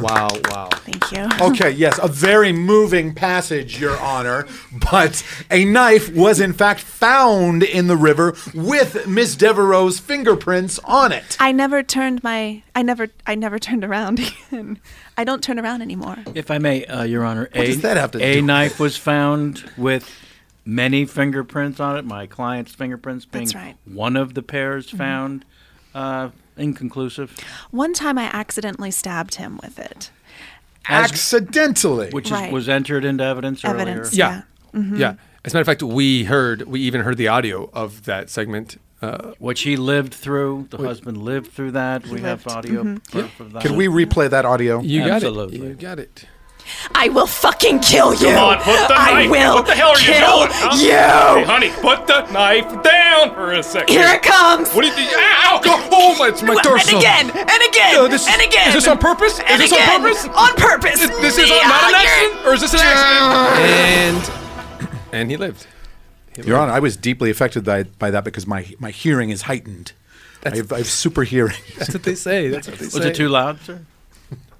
wow,
Oh,
wow.
Thank you.
(laughs) Okay, yes, a very moving passage, Your Honor. But a knife was, in fact, found in the river with Miss Devereaux's fingerprints on it.
(laughs) I never turned my I never I never turned around (laughs) again. I don't turn around anymore.
If I may, uh, Your Honor,
What
a,
does that have to
a
do with
knife was found with many fingerprints on it. My client's fingerprints being
That's right.
one of the pairs
Mhm.
found uh, inconclusive,
One time I accidentally stabbed him with it.
As-
accidentally,
which is,
Right.
was entered into evidence,
Evidence,
earlier.
yeah. Mhm.
Yeah. As a matter of fact, we heard, we even heard the audio of that segment. Uh,
Which he lived through. The husband lived through that. We have
lived.
audio
Mhm.
proof of that.
Can we replay that audio?
You got it.
Absolutely.
You got it.
I will fucking kill you.
Come on, put the
I
knife.
will
what the hell are you
kill
doing? huh?
you.
Hey, honey, put the knife down for a second.
Here it comes.
What do you think? Ah, Oh, Ow! Go home! It's my
And
torso.
again, and again,
No, this-
and again.
is this on purpose? Is
And
this on
again,
purpose?
On purpose.
This is not an accident, or is this an accident?
And and he lived.
Your Honor, I was deeply affected by, by that because my, my hearing is heightened. I have, I have super hearing.
(laughs) That's what they say. That's what they say.
Was it too loud, sir?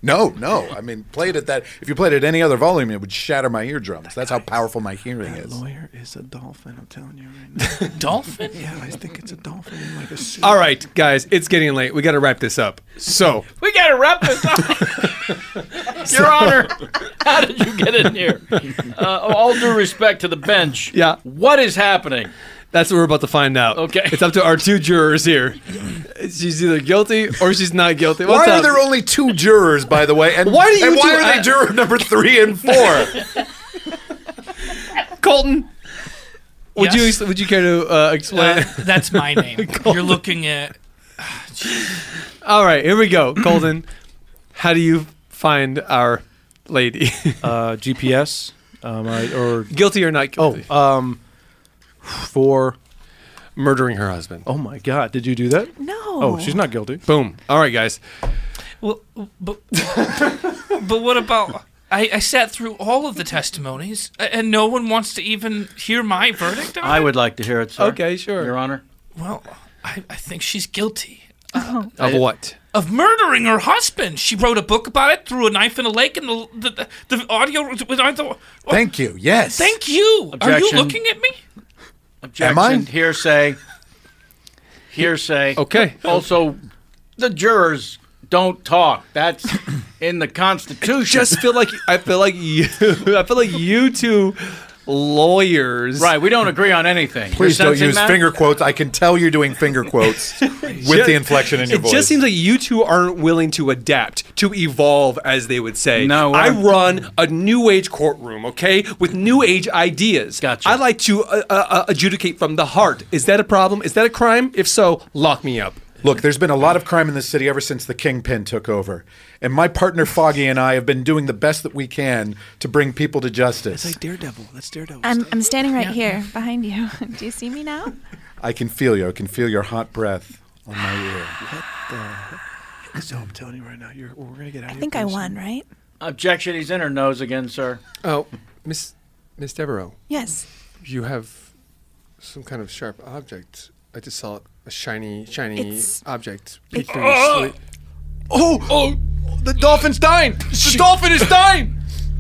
No, no. I mean, played at that. If you played at any other volume, it would shatter my eardrums. That's how powerful my hearing
That
is.
lawyer is a dolphin. I'm telling you right now.
(laughs) Dolphin?
Yeah, I think it's a dolphin in like a suit.
All right, guys, it's getting late. We got to wrap this up. So,
We gotta wrap this up.
(laughs)
So-
Your Honor, (laughs) how did you get in here? Uh, all due respect to the bench.
Yeah.
What is happening?
That's what we're about to find out. Okay. It's up to our two jurors here. She's either guilty or she's not guilty.
Why are there only two jurors, by the way? And
Why do you
and why
two-
are they
I-
juror number three and
(laughs)
four?
Colton? Would
Yes?
you would you care to uh, explain?
Uh, (laughs) that's
(laughs)
(laughs)
my name. You're looking
(sighs)
at.
All right, here
(clears throat)
we go. Colton, how do you find our lady?
uh, GPS um, I, or
guilty or not guilty?
Oh, um, for
murdering her husband.
Oh my God! Did you do that?
No.
Oh, she's not guilty.
Boom. All right, guys.
Well, but (laughs) but what about? I, I sat through all of the testimonies, a- and no one wants to even hear my verdict.
I would like to hear it, sir.
Okay,
sure.
Your Honor.
Well, I, I think she's guilty.
Oh.
Uh,
Of what?
Of murdering her husband. She wrote a book about it, threw a knife in a lake, and the the, the, the audio. was- was on the-
Thank you. Yes.
Thank you. Are you
Objection.
looking at me?
Objection.
I?
Hearsay. Hearsay.
Okay.
Also, the jurors don't talk. That's in the Constitution.
Just feel like I feel like
(laughs)
you. I feel like you two lawyers.
Right. We don't agree on anything.
Please
You're
don't
sensing
use
that?
finger quotes. I can tell you're doing
(laughs)
finger quotes with the inflection in your
it
voice.
just seems like you two aren't willing to adapt, to evolve, as they would say. No, I
I'm-
run a new age courtroom, okay, with new age ideas. Gotcha. I like to uh, uh, uh, adjudicate from the heart. Is that a problem? Is that a crime? If so, lock me up.
Look, there's been a lot of crime in this city ever since the kingpin took over, and my partner Foggy and I have been doing the best that we can to bring people to justice.
It's like Daredevil. That's Daredevil.
I'm I'm standing right here behind you. (laughs) Do you see me now?
I can feel you. I can feel your hot breath on my ear. What
the? So I'm telling you right now, you're, we're gonna get out.
I think I won, right?
Objection. He's in her nose again, sir.
Oh, Miss Miss Devereaux.
Yes.
You have some kind of sharp object. I just saw a shiny, shiny
It's-
object.
it- Ah!
Oh,
oh, the dolphin's dying. The dolphin is dying.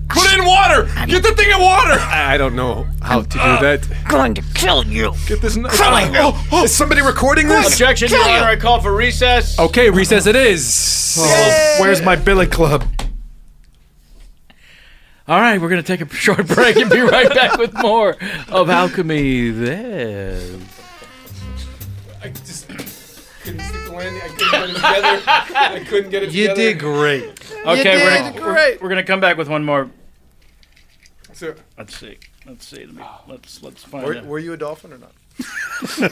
Put it in water. Get the thing in water.
I I don't know how to do that.
Going to kill you. Get this. knife-
Killing you.
Oh, oh,
Is somebody recording this?
Objection, Your Honor. I call for recess.
Okay, recess it is.
Oh,
where's my billy club?
All right, we're going to take a (laughs) short break and be right back with more of Alchemy This.
I just couldn't stick the landing. I couldn't get it together. I couldn't get it
You
together.
did great. Okay, we're gonna, We're, we're gonna come back with one more.
Sir.
Let's see. Let's see. Let me, let's let's find
Were,
out.
were you a dolphin or not?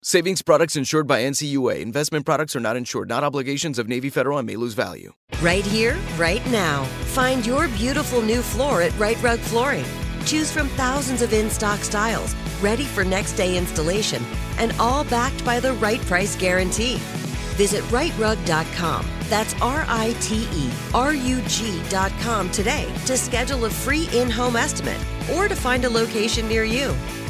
Savings products insured by NCUA. Investment products are not insured, not obligations of Navy Federal and may lose value.
Right here, right now. Find your beautiful new floor at Right Rug Flooring. Choose from thousands of in stock styles, ready for next day installation, and all backed by the right price guarantee. Visit rightrug.com. That's R I T E R U G.com today to schedule a free in home estimate or to find a location near you.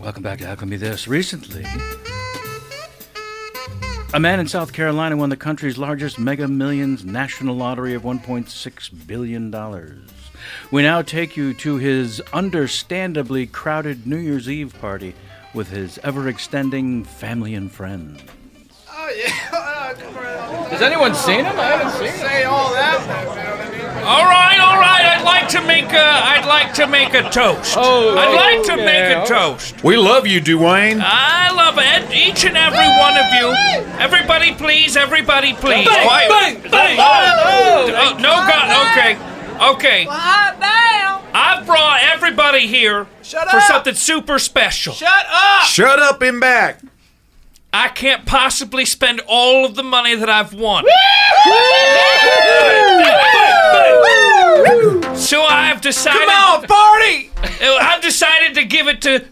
Welcome back to How Can Be This. Recently, a man in South Carolina won the country's largest mega millions national lottery of $1.6 billion. We now take you to his understandably crowded New Year's Eve party with his ever extending family and friends.
Oh,
(laughs)
yeah.
Has anyone seen him? I haven't seen him.
Say all that.
All right, all right. I'd like to make a. I'd like to make a toast.
Oh,
I'd like to
okay,
all
make
right.
a toast.
We love you,
Uh,
Duane.
I love it. Each and every one of you. Everybody, please. Everybody, please.
Bang,
Quiet.
bang, bang.
Oh,
Oh,
oh, no God. Okay. Okay. I've brought everybody here for
up.
something super special.
Shut up!
Shut up and back.
I can't possibly spend all of the money that I've won. So I've decided. Come on,
party!
I've decided to give it to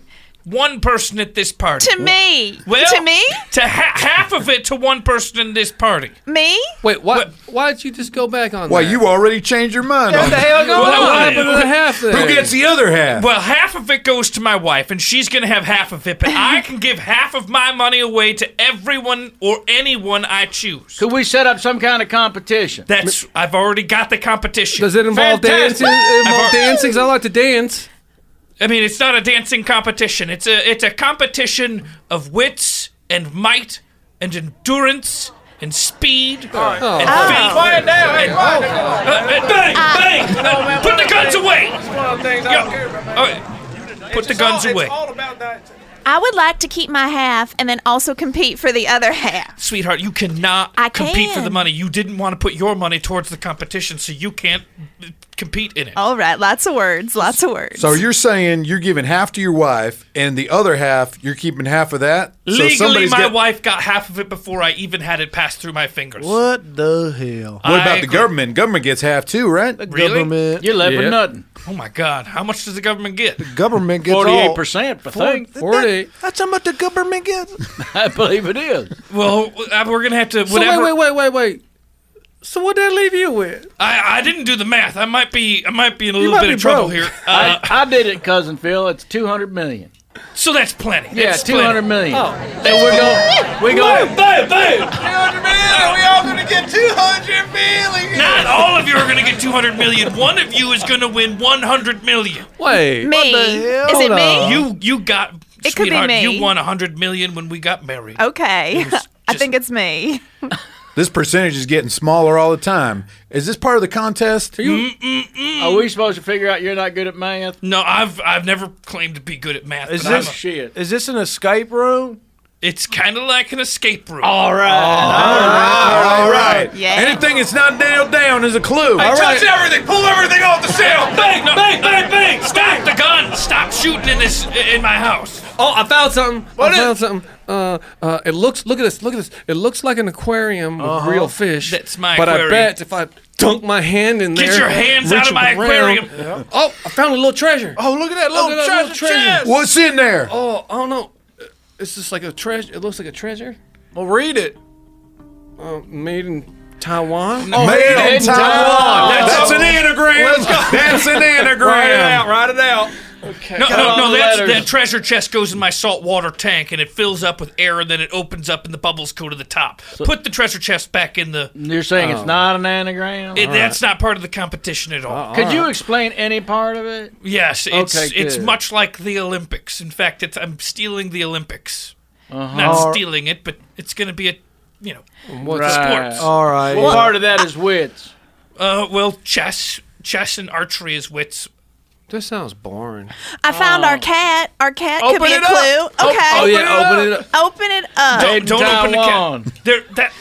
one person at this party.
To me.
Well,
to me?
To ha- half of it to one person in this party.
Me?
Wait, what? Why did you just go back on
Well,
that?
you already changed your mind.
What
on
the
that.
hell going on? What happened to the half
Who
thing?
gets the other half?
Well, half of it goes to my wife, and she's going to have half of
(laughs)
it, but I can give half of my money away to everyone or anyone I choose.
Could we set up some kind of competition?
That's. I've already got the competition.
Does it involve
Fantastic.
dancing? It
I've
involve
al-
dancing? 'Cause I like to dance.
I mean, it's not a dancing competition. It's a it's a competition of wits and might and endurance and speed
Oh.
and faith.
Quiet down. Hey, quiet
Oh.
down.
Uh, uh, bang! Bang! Uh,
Ah.
put the guns away! Yo, uh, put the guns away.
I would like to keep my half and then also compete for the other half.
Sweetheart, you cannot
I
compete for the
can.
money. You didn't want to put your money towards the competition, so you can't uh, compete in it.
All right, lots of words, lots of words.
So you're saying you're giving half to your wife, and the other half you're keeping half of that. so
Legally,
somebody's
my
get-
wife got half of it before I even had it pass through my fingers.
What the hell?
I
What about the
agree.
government? Government gets half too, right? The
Really?
Yeah.
Oh my God! How much does the government get?
Government gets all-
48%, I think.
Four- that-
that's how much the government gets. (laughs) I believe it is.
Well, uh, we're gonna have to.
So
Whatever.
wait,
wait, wait, wait. So what did that leave you with?
I, I didn't do the math. I might be. I might be in a little
might
bit
be
of trouble
broke.
here. Uh,
(laughs) I, I did it, cousin Phil. It's 200 million.
so that's plenty.
Yeah,
That's
200
plenty.
million. So we're going. We're going.
Boom, boom.
Are we all gonna get 200 million?
Not all of you are going to get 200 million. One of you is going to win 100 million.
Wait.
Me. What the hell? Is it me?
You you got
It could be
sweetheart,
me.
You won 100 million when we got married.
Okay. (laughs) I think it's me.
This percentage is getting smaller all the time. Is this part of the contest? Mm.
Are we supposed to figure out you're not good at math?
No, I've I've never claimed to be good at math.
Is
but I'm
this
a-
shit? Is this in a Skype room?
It's kind of like an escape room.
All right.
all right. Anything that's not nailed down is a clue.
I
all
touched
right.
everything. Pull everything off the shelf. (laughs) Bang, bang, bang, bang. Stop the gun. Stop shooting in this in my house.
Oh, I found something. I found something. Uh, uh, it looks. Look at this. Look at this. It looks like an aquarium with
Uh-huh.
real fish.
That's my
But I
aquarium.
bet if I dunk my hand in
Get
there,
your hands
reach
out of my
around-
aquarium.
Oh, I found a little treasure.
Oh, look at that
Look
little
at that
treasure chest. What's in there?
Oh, I don't know. It's just like a treasure. It looks like a treasure.
Well, read it.
Uh, made in Taiwan.
Oh, Made made in in Taiwan. Taiwan. That's an anagram.
Let's go.
(laughs) That's an anagram.
Write it out,
Write it out.
Okay.
No,
Got
no,
all
no.
the
That's,
letters.
that treasure chest goes in my saltwater tank, and it fills up with air, and then it opens up, and the bubbles go to the top. Put the treasure chest back in the.
You're saying
Oh.
it's not an anagram?
It, That's not part of the competition at all.
Could you explain any part of it?
Yes, it's
Okay,
it's
good.
much like the Olympics. In fact, it's I'm stealing the Olympics.
Uh-huh.
Not
Or-
stealing it, but it's going to be a you know
Right.
sports.
All right. What part of that is wits?
Uh, well, chess, chess and archery is wits.
This sounds boring.
I found our cat. Our cat could
Oh. Open
be a
it
clue.
up. Oh,
Okay.
oh, yeah, open it
Open it up.
Uh, Don't, don't open the cat. There, that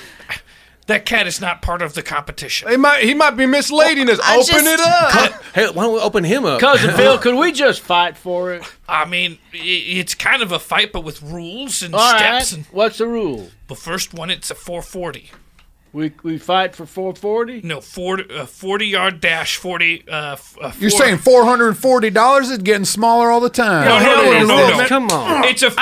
that cat is not part of the competition.
He might he might be misleading us.
I
Open
just-
it up.
Hey, why don't we open him up?
(laughs)
Cousin Phil, could we just fight for it?
I mean, i- it's kind of a fight, but with rules and
All right.
steps. And
What's the rule?
the first one, it's a 440.
We we fight for 440?
No, 40, uh, 40 yard dash, 40. Uh, f- uh,
You're
four-
saying four hundred and forty dollars is getting smaller all the time.
No, no, no, no, no, no.
Come on.
It's a. Oh,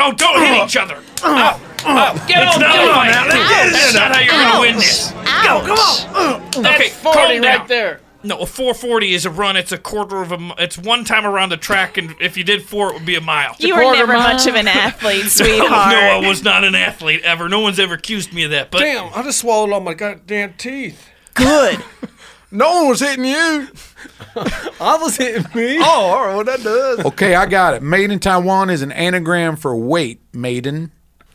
oh, don't hit each other. Oh, oh, get
It's
on
not
down.
on
Mike.
that.
That's not how you're going to win this.
Go, come
on. Okay,
That's 40
calm down.
right there.
No, a 440 is a run. It's a quarter of a. mi- It's one time around the track, and if you did four, it would be a mile.
You were never much of an athlete, sweetheart.
(laughs) no, I was not an athlete ever. No one's ever accused me of that. But
Damn, I just swallowed all my goddamn teeth.
Good.
(laughs) no one was hitting you.
I was hitting me.
Oh, all right. Well, that does. Okay, I got it. Made in Taiwan is an anagram for wait, maiden.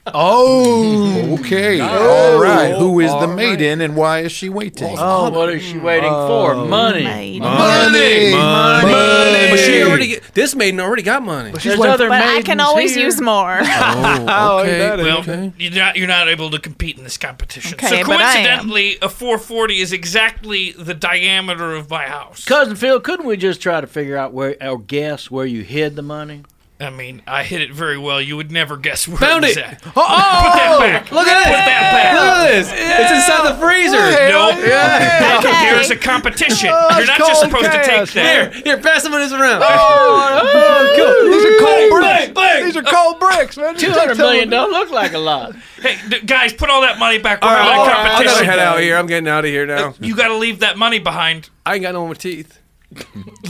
Oh, okay. All right. Who is the maiden and why is she waiting?
Oh, what is she waiting for?
oh.
Money.
Money. Money.
But she already get, this maiden already got money. But
There's other
but I can
maidens
always
here.
use more. (laughs)
(laughs) Oh, okay.
well, you're not you're not able to compete in this competition.
Okay,
so
but I am.
coincidentally, a 440 is exactly the diameter of my house.
Cousin Phil, couldn't we just try to figure out where or guess where you hid the money?
I mean, I hit it very well. You would never guess where
Found
it was
it.
at.
Oh,
Put that back.
Look at
Put
this.
that back.
Look at this. It's inside the freezer.
No, Welcome.
(laughs) Okay.
There is a competition.
Oh,
You're
it's
not just
called
supposed
chaos.
to take that.
Here, here, pass them this around. (laughs)
oh, cool.
These are cold bricks.
These are cold bricks, man.
Two hundred million
don't look like a lot.
Hey, d- guys, put all that money back. We're
All right,
not
all
in
right, I
competition.
gotta head out here. I'm getting out of here now.
You got to leave that money behind.
I ain't got no more teeth.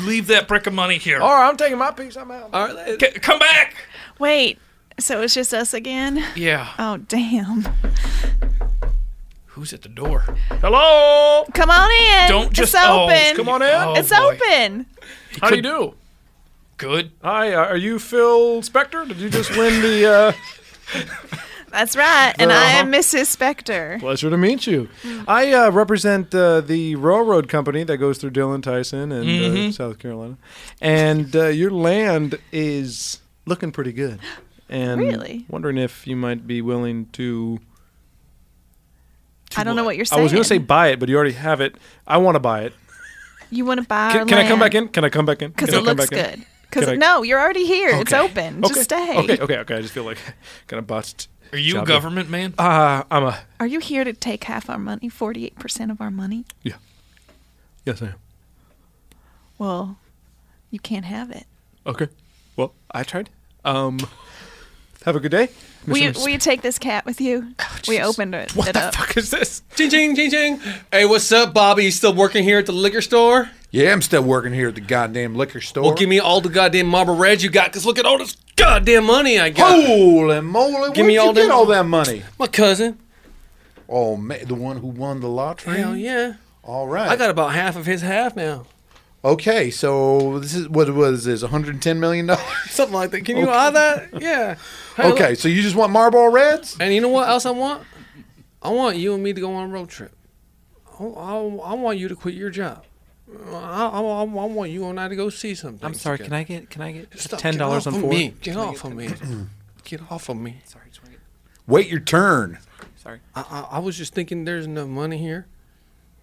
leave that brick of money here.
All right, I'm taking my piece. I'm out.
All right,
come back.
Wait, so it's just us again?
Yeah.
Oh, damn.
Who's at the door? Hello.
Come on in.
Don't just-
it's
oh,
open.
come on in. Oh,
it's
boy.
open.
How do you do?
Good.
Hi, uh, are you Phil Spector? Did you just win the? Uh...
That's right. And
Uh,
I am
uh-huh.
Mrs. Spectre.
Pleasure to meet you. I uh, represent uh, the railroad company that goes through Dillon, Tyson, and uh,
Mhm.
South Carolina, and uh, your land is looking pretty good. And
Really?
wondering if you might be willing to.
I don't know what you're saying.
I was going to say buy it, but you already have it. I want to buy it.
you want to buy
Can,
our
can I come
land
back in? Can I come back in?
Because
Can
it
I come
looks
back in?
good. Because
Can I-
no, you're already here. It's
Okay.
open.
Okay.
Just stay.
Okay, okay, okay. I just feel like (laughs) kind of botched.
Are you a
job.
government man?
Uh, I'm a
Are you here to take half our money, forty-eight percent of our money?
yes, I am.
Well, you can't have it.
Okay. Well, I tried. Um, have a good day.
Will you,
Mr.
will you take this cat with you? we opened it. What the fuck
is this?
Ching ching ching ching. Hey, what's up, Bobby? You still working here at the liquor store?
Yeah, I'm still working here at the goddamn liquor store.
Well, give me all the goddamn marble red you got, cause look at all this goddamn money I got.
Holy moly!
Give me all
where'd you get
them-
all that money.
My cousin.
Oh man, the one who won the lottery.
Hell yeah.
All right.
I got about half of his half now.
Okay, so this is what was this 110 million dollars?
(laughs) Something like that. Can you
Okay.
add that? (laughs) Yeah. Hey, look.
Okay, so you just want Marlboro Reds?
And you know what else I want? I want you and me to go on a road trip. I, I, I want you to quit your job. I, I, I I want you and I to go see something.
I'm sorry. Can I get? Can I get
Stop,
ten dollars
get off
on
of
four?
me. Get off of me. Get off of me. Sorry,
Wait your turn.
sorry. I, I, I was just thinking there's enough money here.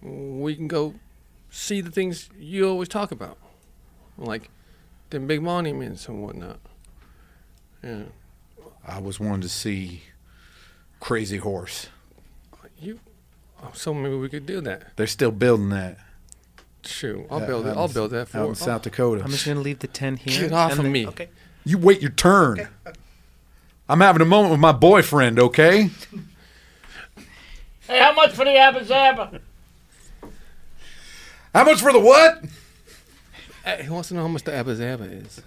We can go see the things you always talk about, like them big monuments and whatnot. Yeah.
I was wanting to see Crazy Horse.
You. oh, So maybe we could do that.
They're still building that.
Shoot, I'll
That-
build
out
it.
in
I'll
S-
build that for
out in South Dakota.
I'm just gonna leave the ten here.
Get off
and
of
the-
me.
Okay.
You wait your turn.
(laughs)
I'm having a moment with my boyfriend, okay?
Hey, how much for the Abba
(laughs)
Zabba?
How much for the what?
Hey, who wants to know how much the Abba Zabba is?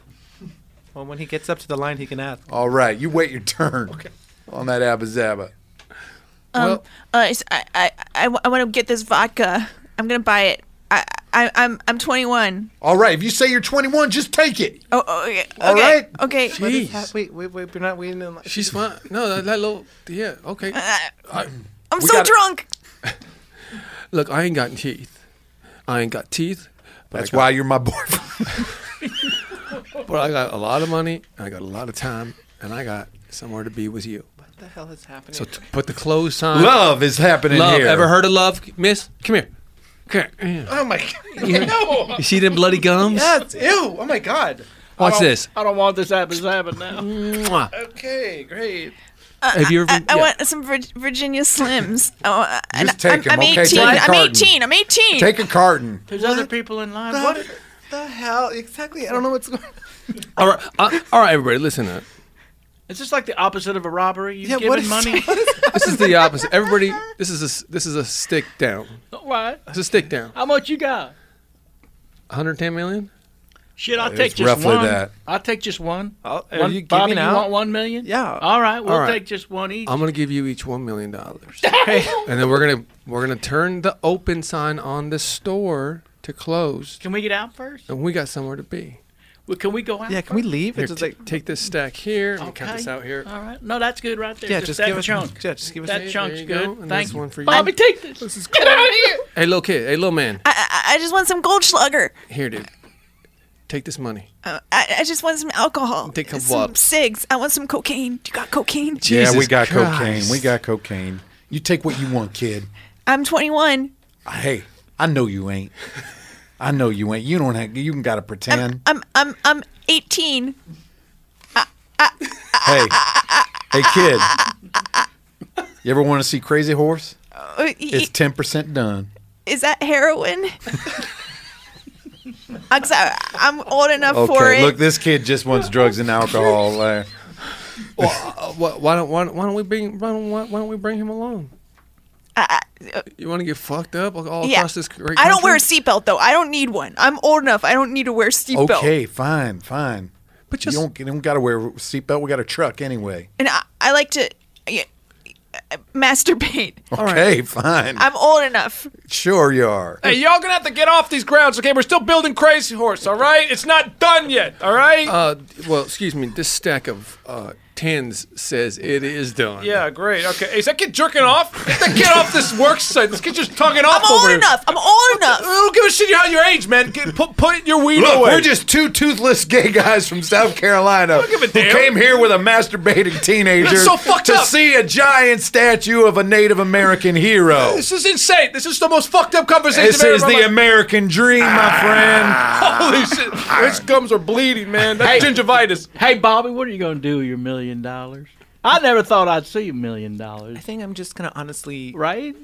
Well, when he gets up to the line, he can ask.
All right, you wait your turn on that Abba Zabba.
Um, uh, it's- I, I, I, want to get this vodka. I'm gonna buy it. I, I, I'm, I'm 21.
All right, if you say you're 21, just take it.
Oh, oh okay.
All
okay.
right.
Okay.
What is that? Wait, wait, wait. We're not waiting in line.
She's
(laughs)
fine. No, that, that little. Yeah, okay.
Uh,
I,
I'm
We
so
gotta-
drunk.
look, I ain't got teeth. I ain't got teeth. But
That's
I got,
why you're my boyfriend.
But I got a lot of money. And I got a lot of time, and I got somewhere to be with you.
What the hell is happening?
So t- put the clothes on.
Love is happening
love.
here.
Ever heard of love, Miss? Come here. Come here.
Oh (laughs) my god.
You-
no.
You see them bloody gums?
Yes. Ew. Oh my god.
I
Watch
don't-
this.
I don't want this Abba Zabba now.
Mwah.
Okay. Great.
Have you ever?
Uh, I, I
yeah.
want some Vir- Virginia
(laughs)
Slims. Oh, uh, and
Just take
I'm, I'm
'em, okay?
18.
Take a
I'm
carton.
18. I'm 18.
Take a carton.
There's other people in line.
What
What?
the hell? Exactly. I don't know what's going.
All right, uh, all right, everybody, listen up.
It's just like the opposite of a robbery. You've given
what is-
money.
This is the opposite. Everybody, this is a s- this is a stick down.
(laughs) what?
It's a stick down.
How much you got?
110 million.
Shit, I'll
It's
take just
roughly
one.
that.
I'll take just one.
I'll,
are you
Bobby,
giving
you
out?
want one million?
Yeah.
All right, we'll
All right.
take just one each.
I'm gonna give you each one
(laughs)
million dollars. and then we're gonna we're gonna turn the open sign on the store to close,
Can we get out first?
and we got somewhere to be.
Well, Can we go out? first?
leave?
Here,
It's just
t- take this stack here. Okay. count this
Okay.
out here.
All right. No, that's good right there.
Yeah,
just,
just
that
give us-
chunk.
yeah, just give us-
that
Hey,
chunk's
there you
good.
go, and
Thank
this
you.
one for you.
Bobby, take this. Get out of here.
Hey, little kid. Hey, little man.
I, I just want some Goldschlager.
Here, dude. Take this money.
Uh, I, I just want some alcohol.
Take a
some
wop.
cigs. I want some cocaine. You got cocaine?
yeah, we got
Christ.
cocaine. We got cocaine. You take what you want, kid.
I'm 21.
Hey, I know you ain't. I know you ain't. You don't have. You got to pretend.
I'm I'm I'm 18.
hey, hey, kid. You ever want to see Crazy Horse?
Uh, y-
It's ten percent done.
is that
(laughs)
heroin? I'm, sorry, I'm old enough
okay,
for it.
look, this kid just wants drugs and alcohol. Uh,
well, uh, wh- why don't why, don't- why don't we bring why don't, why don't we bring him along? you want to get fucked up all
yeah.
across this great
I don't wear a
country?
seatbelt though. I don't need one. I'm old enough. I don't need to wear a (laughs) seatbelt.
okay, fine, fine.
But
just you don't, you don't got to wear a seatbelt. We got a truck anyway.
And I, I like to yeah, uh, masturbate.
Okay, fine.
I'm old enough.
sure you are.
Hey, y'all gonna have to get off these grounds, okay? We're still building Crazy Horse, all right? It's not done yet, all right?
Uh, well, excuse me. This stack of uh, tens says it is
(laughs)
done.
yeah, great. Okay, is that kid jerking off? Get that kid off this work site. This kid just tugging off
I'm
over
old
here.
enough. I'm old enough.
I don't give a shit how your age, man. Get, put, put your weed
Look,
away.
we're just two toothless gay guys from South Carolina who
damn.
came here with a masturbating teenager
That's so fucked
to
up.
see a giant statue of a Native
(laughs)
American hero.
This is insane. This is the most fucked up conversation
This
I've ever
is
had in my
the
life.
American dream, my friend.
Ah. (laughs) Holy shit. His gums are bleeding, man. That's
Hey.
gingivitis.
Hey, Bobby, what are you going to do with your million dollars? I never thought I'd see a million dollars.
I think I'm just gonna honestly.
Right?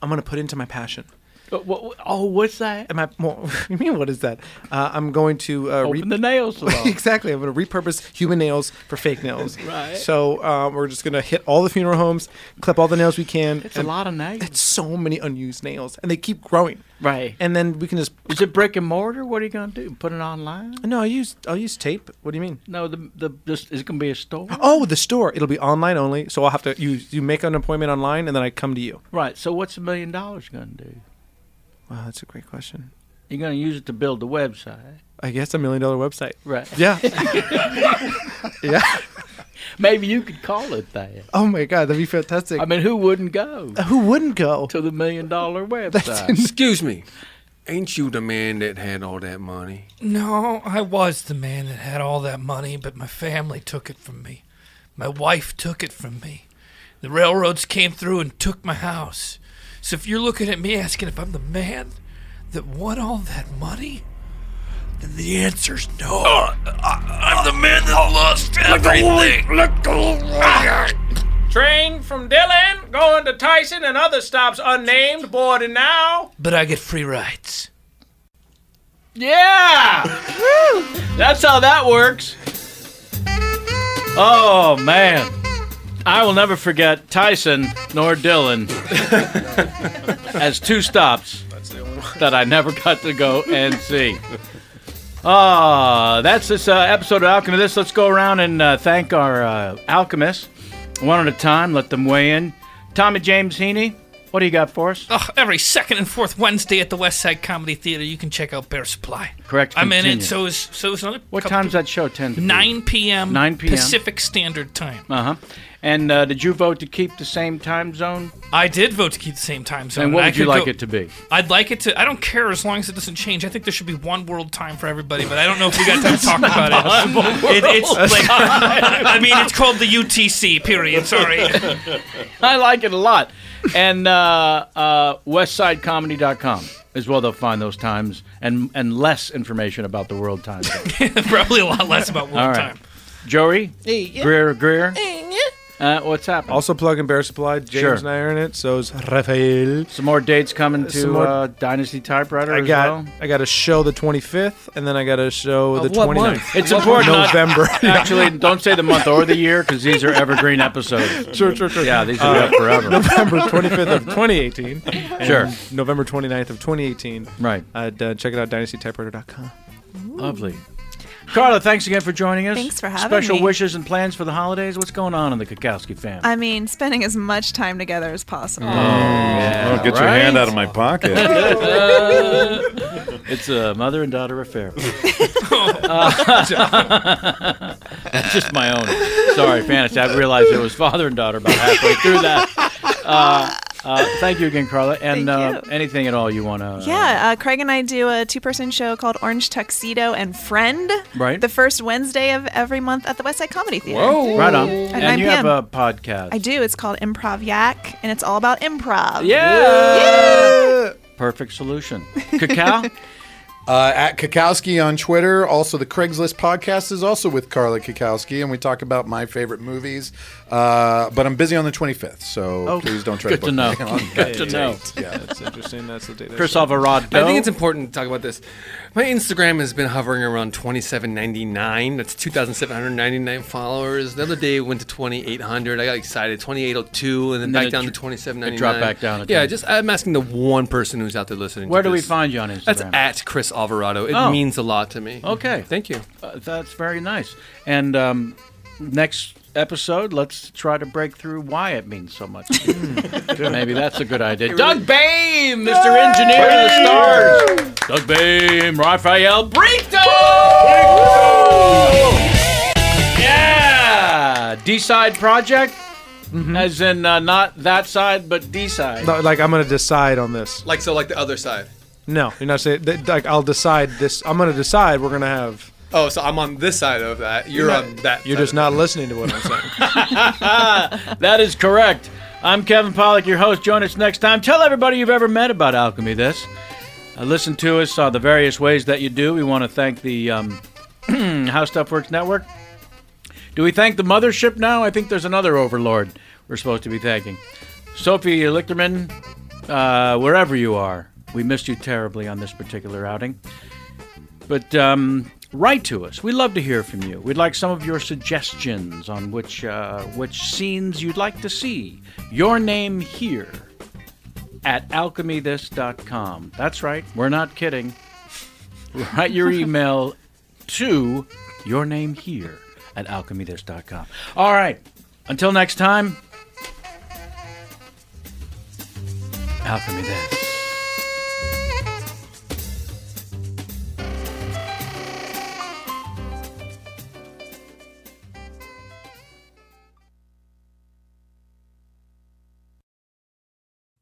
I'm gonna put into my passion.
But what, oh, what's that?
Am I? Well, (laughs) what do you mean what is that? Uh, I'm going to uh,
Open the nail
(laughs)
salon.
exactly. I'm going to repurpose human nails for fake nails.
(laughs) Right.
So um, we're just going to hit all the funeral homes, clip all the nails we can.
It's a lot of nails.
It's so many unused nails, and they keep growing.
Right.
And then we can just.
Is it brick and mortar? What are you going to do? Put it online?
No, I use I'll use tape. What do you mean?
No, the the this is it going to be a store.
Oh, the store. It'll be online only. So I'll have to you you make an appointment online, and then I come to you.
Right. So what's a million dollars going to do?
Wow, that's a great question.
You're going to use it to build the website.
I guess a million dollar website.
Right. (laughs)
Yeah. yeah.
Maybe you could call it that.
Oh my god, that'd be fantastic.
I mean, who wouldn't go
who wouldn't go
to the million dollar website?
Excuse me. Ain't you the man that had all that money?
No, I was the man that had all that money, but my family took it from me. My wife took it from me. The railroads came through and took my house. So if you're looking at me asking if I'm the man that won all that money, then the answer's no. Oh, I'm the man that lost everything.
Train from Dillon going to Tyson and other stops unnamed. Boarding now.
But I get free rides.
Yeah! That's how that works. Oh, man. I will never forget Tyson nor Dylan as two stops that I never got to go and see. Ah, that's this uh, episode of Alchemy This. Let's go around and uh, thank our uh, alchemists one at a time. Let them weigh in. Tommy James Heaney, what do you got for us?
Ugh, every second and fourth Wednesday at the West Side Comedy Theater, you can check out Bear Supply.
Correct.
I'm in
continue.
it. So is so is another.
What
couple
time's that show tend to be?
9 p.m.
9 p.m.
Pacific Standard Time.
Uh huh. And uh, did you vote to keep the same time zone? (laughs)
I did vote to keep the same time zone.
and what
I
would you
could
like
go-
it to be?
I'd like it to. I don't care as long as it doesn't change. I think there should be one world time for everybody, but I don't know if we got time
(laughs)
to talk about it. it. It's like, I mean, it's called the UTC. Period.
(laughs)
Sorry.
I like it a lot. And uh, uh, westsidecomedy.com is where they'll find those times and, and less information about the world time
(laughs)
zone.
Probably a lot less about
All
world
right.
time.
Jory?
Hey, yeah.
Greer, Greer? Uh, what's happening?
Also plug in Bear Supply. James
Sure.
and I are in it. So is Rafael.
Some more dates coming to
Some more-
uh, Dynasty Typewriter
I
as well?
got I got a show the 25th, and then I got a show the
Of what
29th.
month?
It's important. not-
November.
(laughs) actually, don't say the month or the year because these are evergreen episodes.
(laughs) Sure, sure, sure.
Yeah, these are
Uh,
up forever.
(laughs) November 25th of 2018.
(laughs)
and
Sure.
November 29th of 2018.
Right.
I'd uh, check it out, dynastytypewriter.com.
(laughs) Lovely. Carla, thanks again for joining us.
Thanks for having
Special
me.
wishes and plans for the holidays. What's going on in the Kakowski family?
I mean, spending as much time together as possible.
Oh, Mm. get your hand out of my pocket.
(laughs) it's a mother and daughter affair.
(laughs)
(laughs) Uh, That's just my own. Sorry, fantasy. I realized it was father and daughter about halfway through that. Uh, uh, thank you again, Carla. And uh, anything at all you want to.
Yeah, uh, Craig and I do a two person show called Orange Tuxedo and Friend.
Right.
The first Wednesday of every month at the Westside Comedy Theater.
Right on.
At
and
9
you
p.m.
have a podcast.
I do. It's called Improv Yak, and it's all about improv.
Yeah. Perfect solution.
(laughs)
Cacao?
Uh, at Kakowski on Twitter. Also, the Craigslist podcast is also with Carla Kakowski, and we talk about my favorite movies. Uh,
Uh, but I'm busy on the 25th, so
Oh,
please don't try
good to
book me
know.
(laughs) on
Good
that
to
date.
know.
Yeah.
That's interesting. That's the date. I
Chris Alvarado.
I think it's important to talk about this. My Instagram has been hovering around 2799. That's 2,799 followers. The other day it went to 2,800. I got excited. 2,802, and
And
then
then
back
it
down to
dr- it
2,799.
dropped back down again.
Yeah, just uh, I'm asking the one person who's out there listening.
Where
to
do we
this.
find you on Instagram?
That's at Chris Alvarado. It
Oh.
means a lot to me.
Okay.
Thank you.
Uh, that's very nice. And um, next episode, let's try to break through why it means so (laughs) much. to you. Maybe that's a good idea. Doug Baim, Mr. Engineer of the Stars. Doug Baim, Raphael Brito. Yeah. D side project,
Mm-hmm.
as in uh, not that side, but D side.
No, like I'm gonna decide on this.
Like so, like the other side.
No, you're not saying. Th- like I'll decide this. I'm gonna decide. We're gonna have.
Oh, so I'm on this side of that. You're,
not-
on that.
You're
side
just
of
not listening to what I'm saying.
that is correct. I'm Kevin Pollock, your host. Join us next time. Tell everybody you've ever met about Alchemy This. Uh, listen to us uh, the various ways that you do. We want to thank the um, (clears throat) How Stuff Works Network. Do we thank the mothership now? I think there's another overlord we're supposed to be thanking. Sophie Lichterman, uh, wherever you are, we missed you terribly on this particular outing. But um, write to us. We love to hear from you. We'd like some of your suggestions on which uh, which scenes you'd like to see. Your name here at alchemythis.com. That's right. We're not kidding. (laughs) Write your email to your name here at alchemythis.com. All right. Until next time. Alchemy this.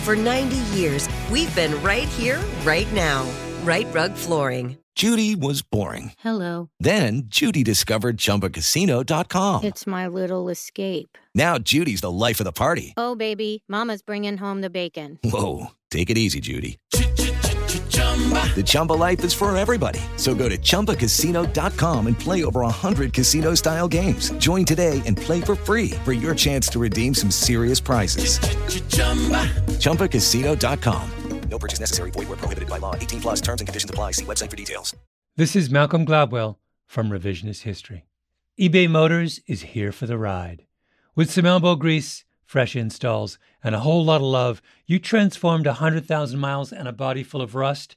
For 90 years, we've been right here, right now. Right Rug Flooring.
Judy was boring.
Hello.
Then Judy discovered ChumbaCasino.com.
It's my little escape.
Now Judy's the life of the party.
Oh, baby, Mama's bringing home the bacon.
Whoa, take it easy, Judy. The Chumba life is for everybody. So go to ChumbaCasino.com and play over 100 casino style games. Join today and play for free for your chance to redeem some serious prizes. ChumbaCasino.com. No purchase necessary. Void where prohibited by law. 18 plus terms and conditions apply. See website for details.
This is Malcolm Gladwell from Revisionist History. eBay Motors is here for the ride. With some elbow grease, fresh installs, and a whole lot of love, you transformed 100,000 miles and a body full of rust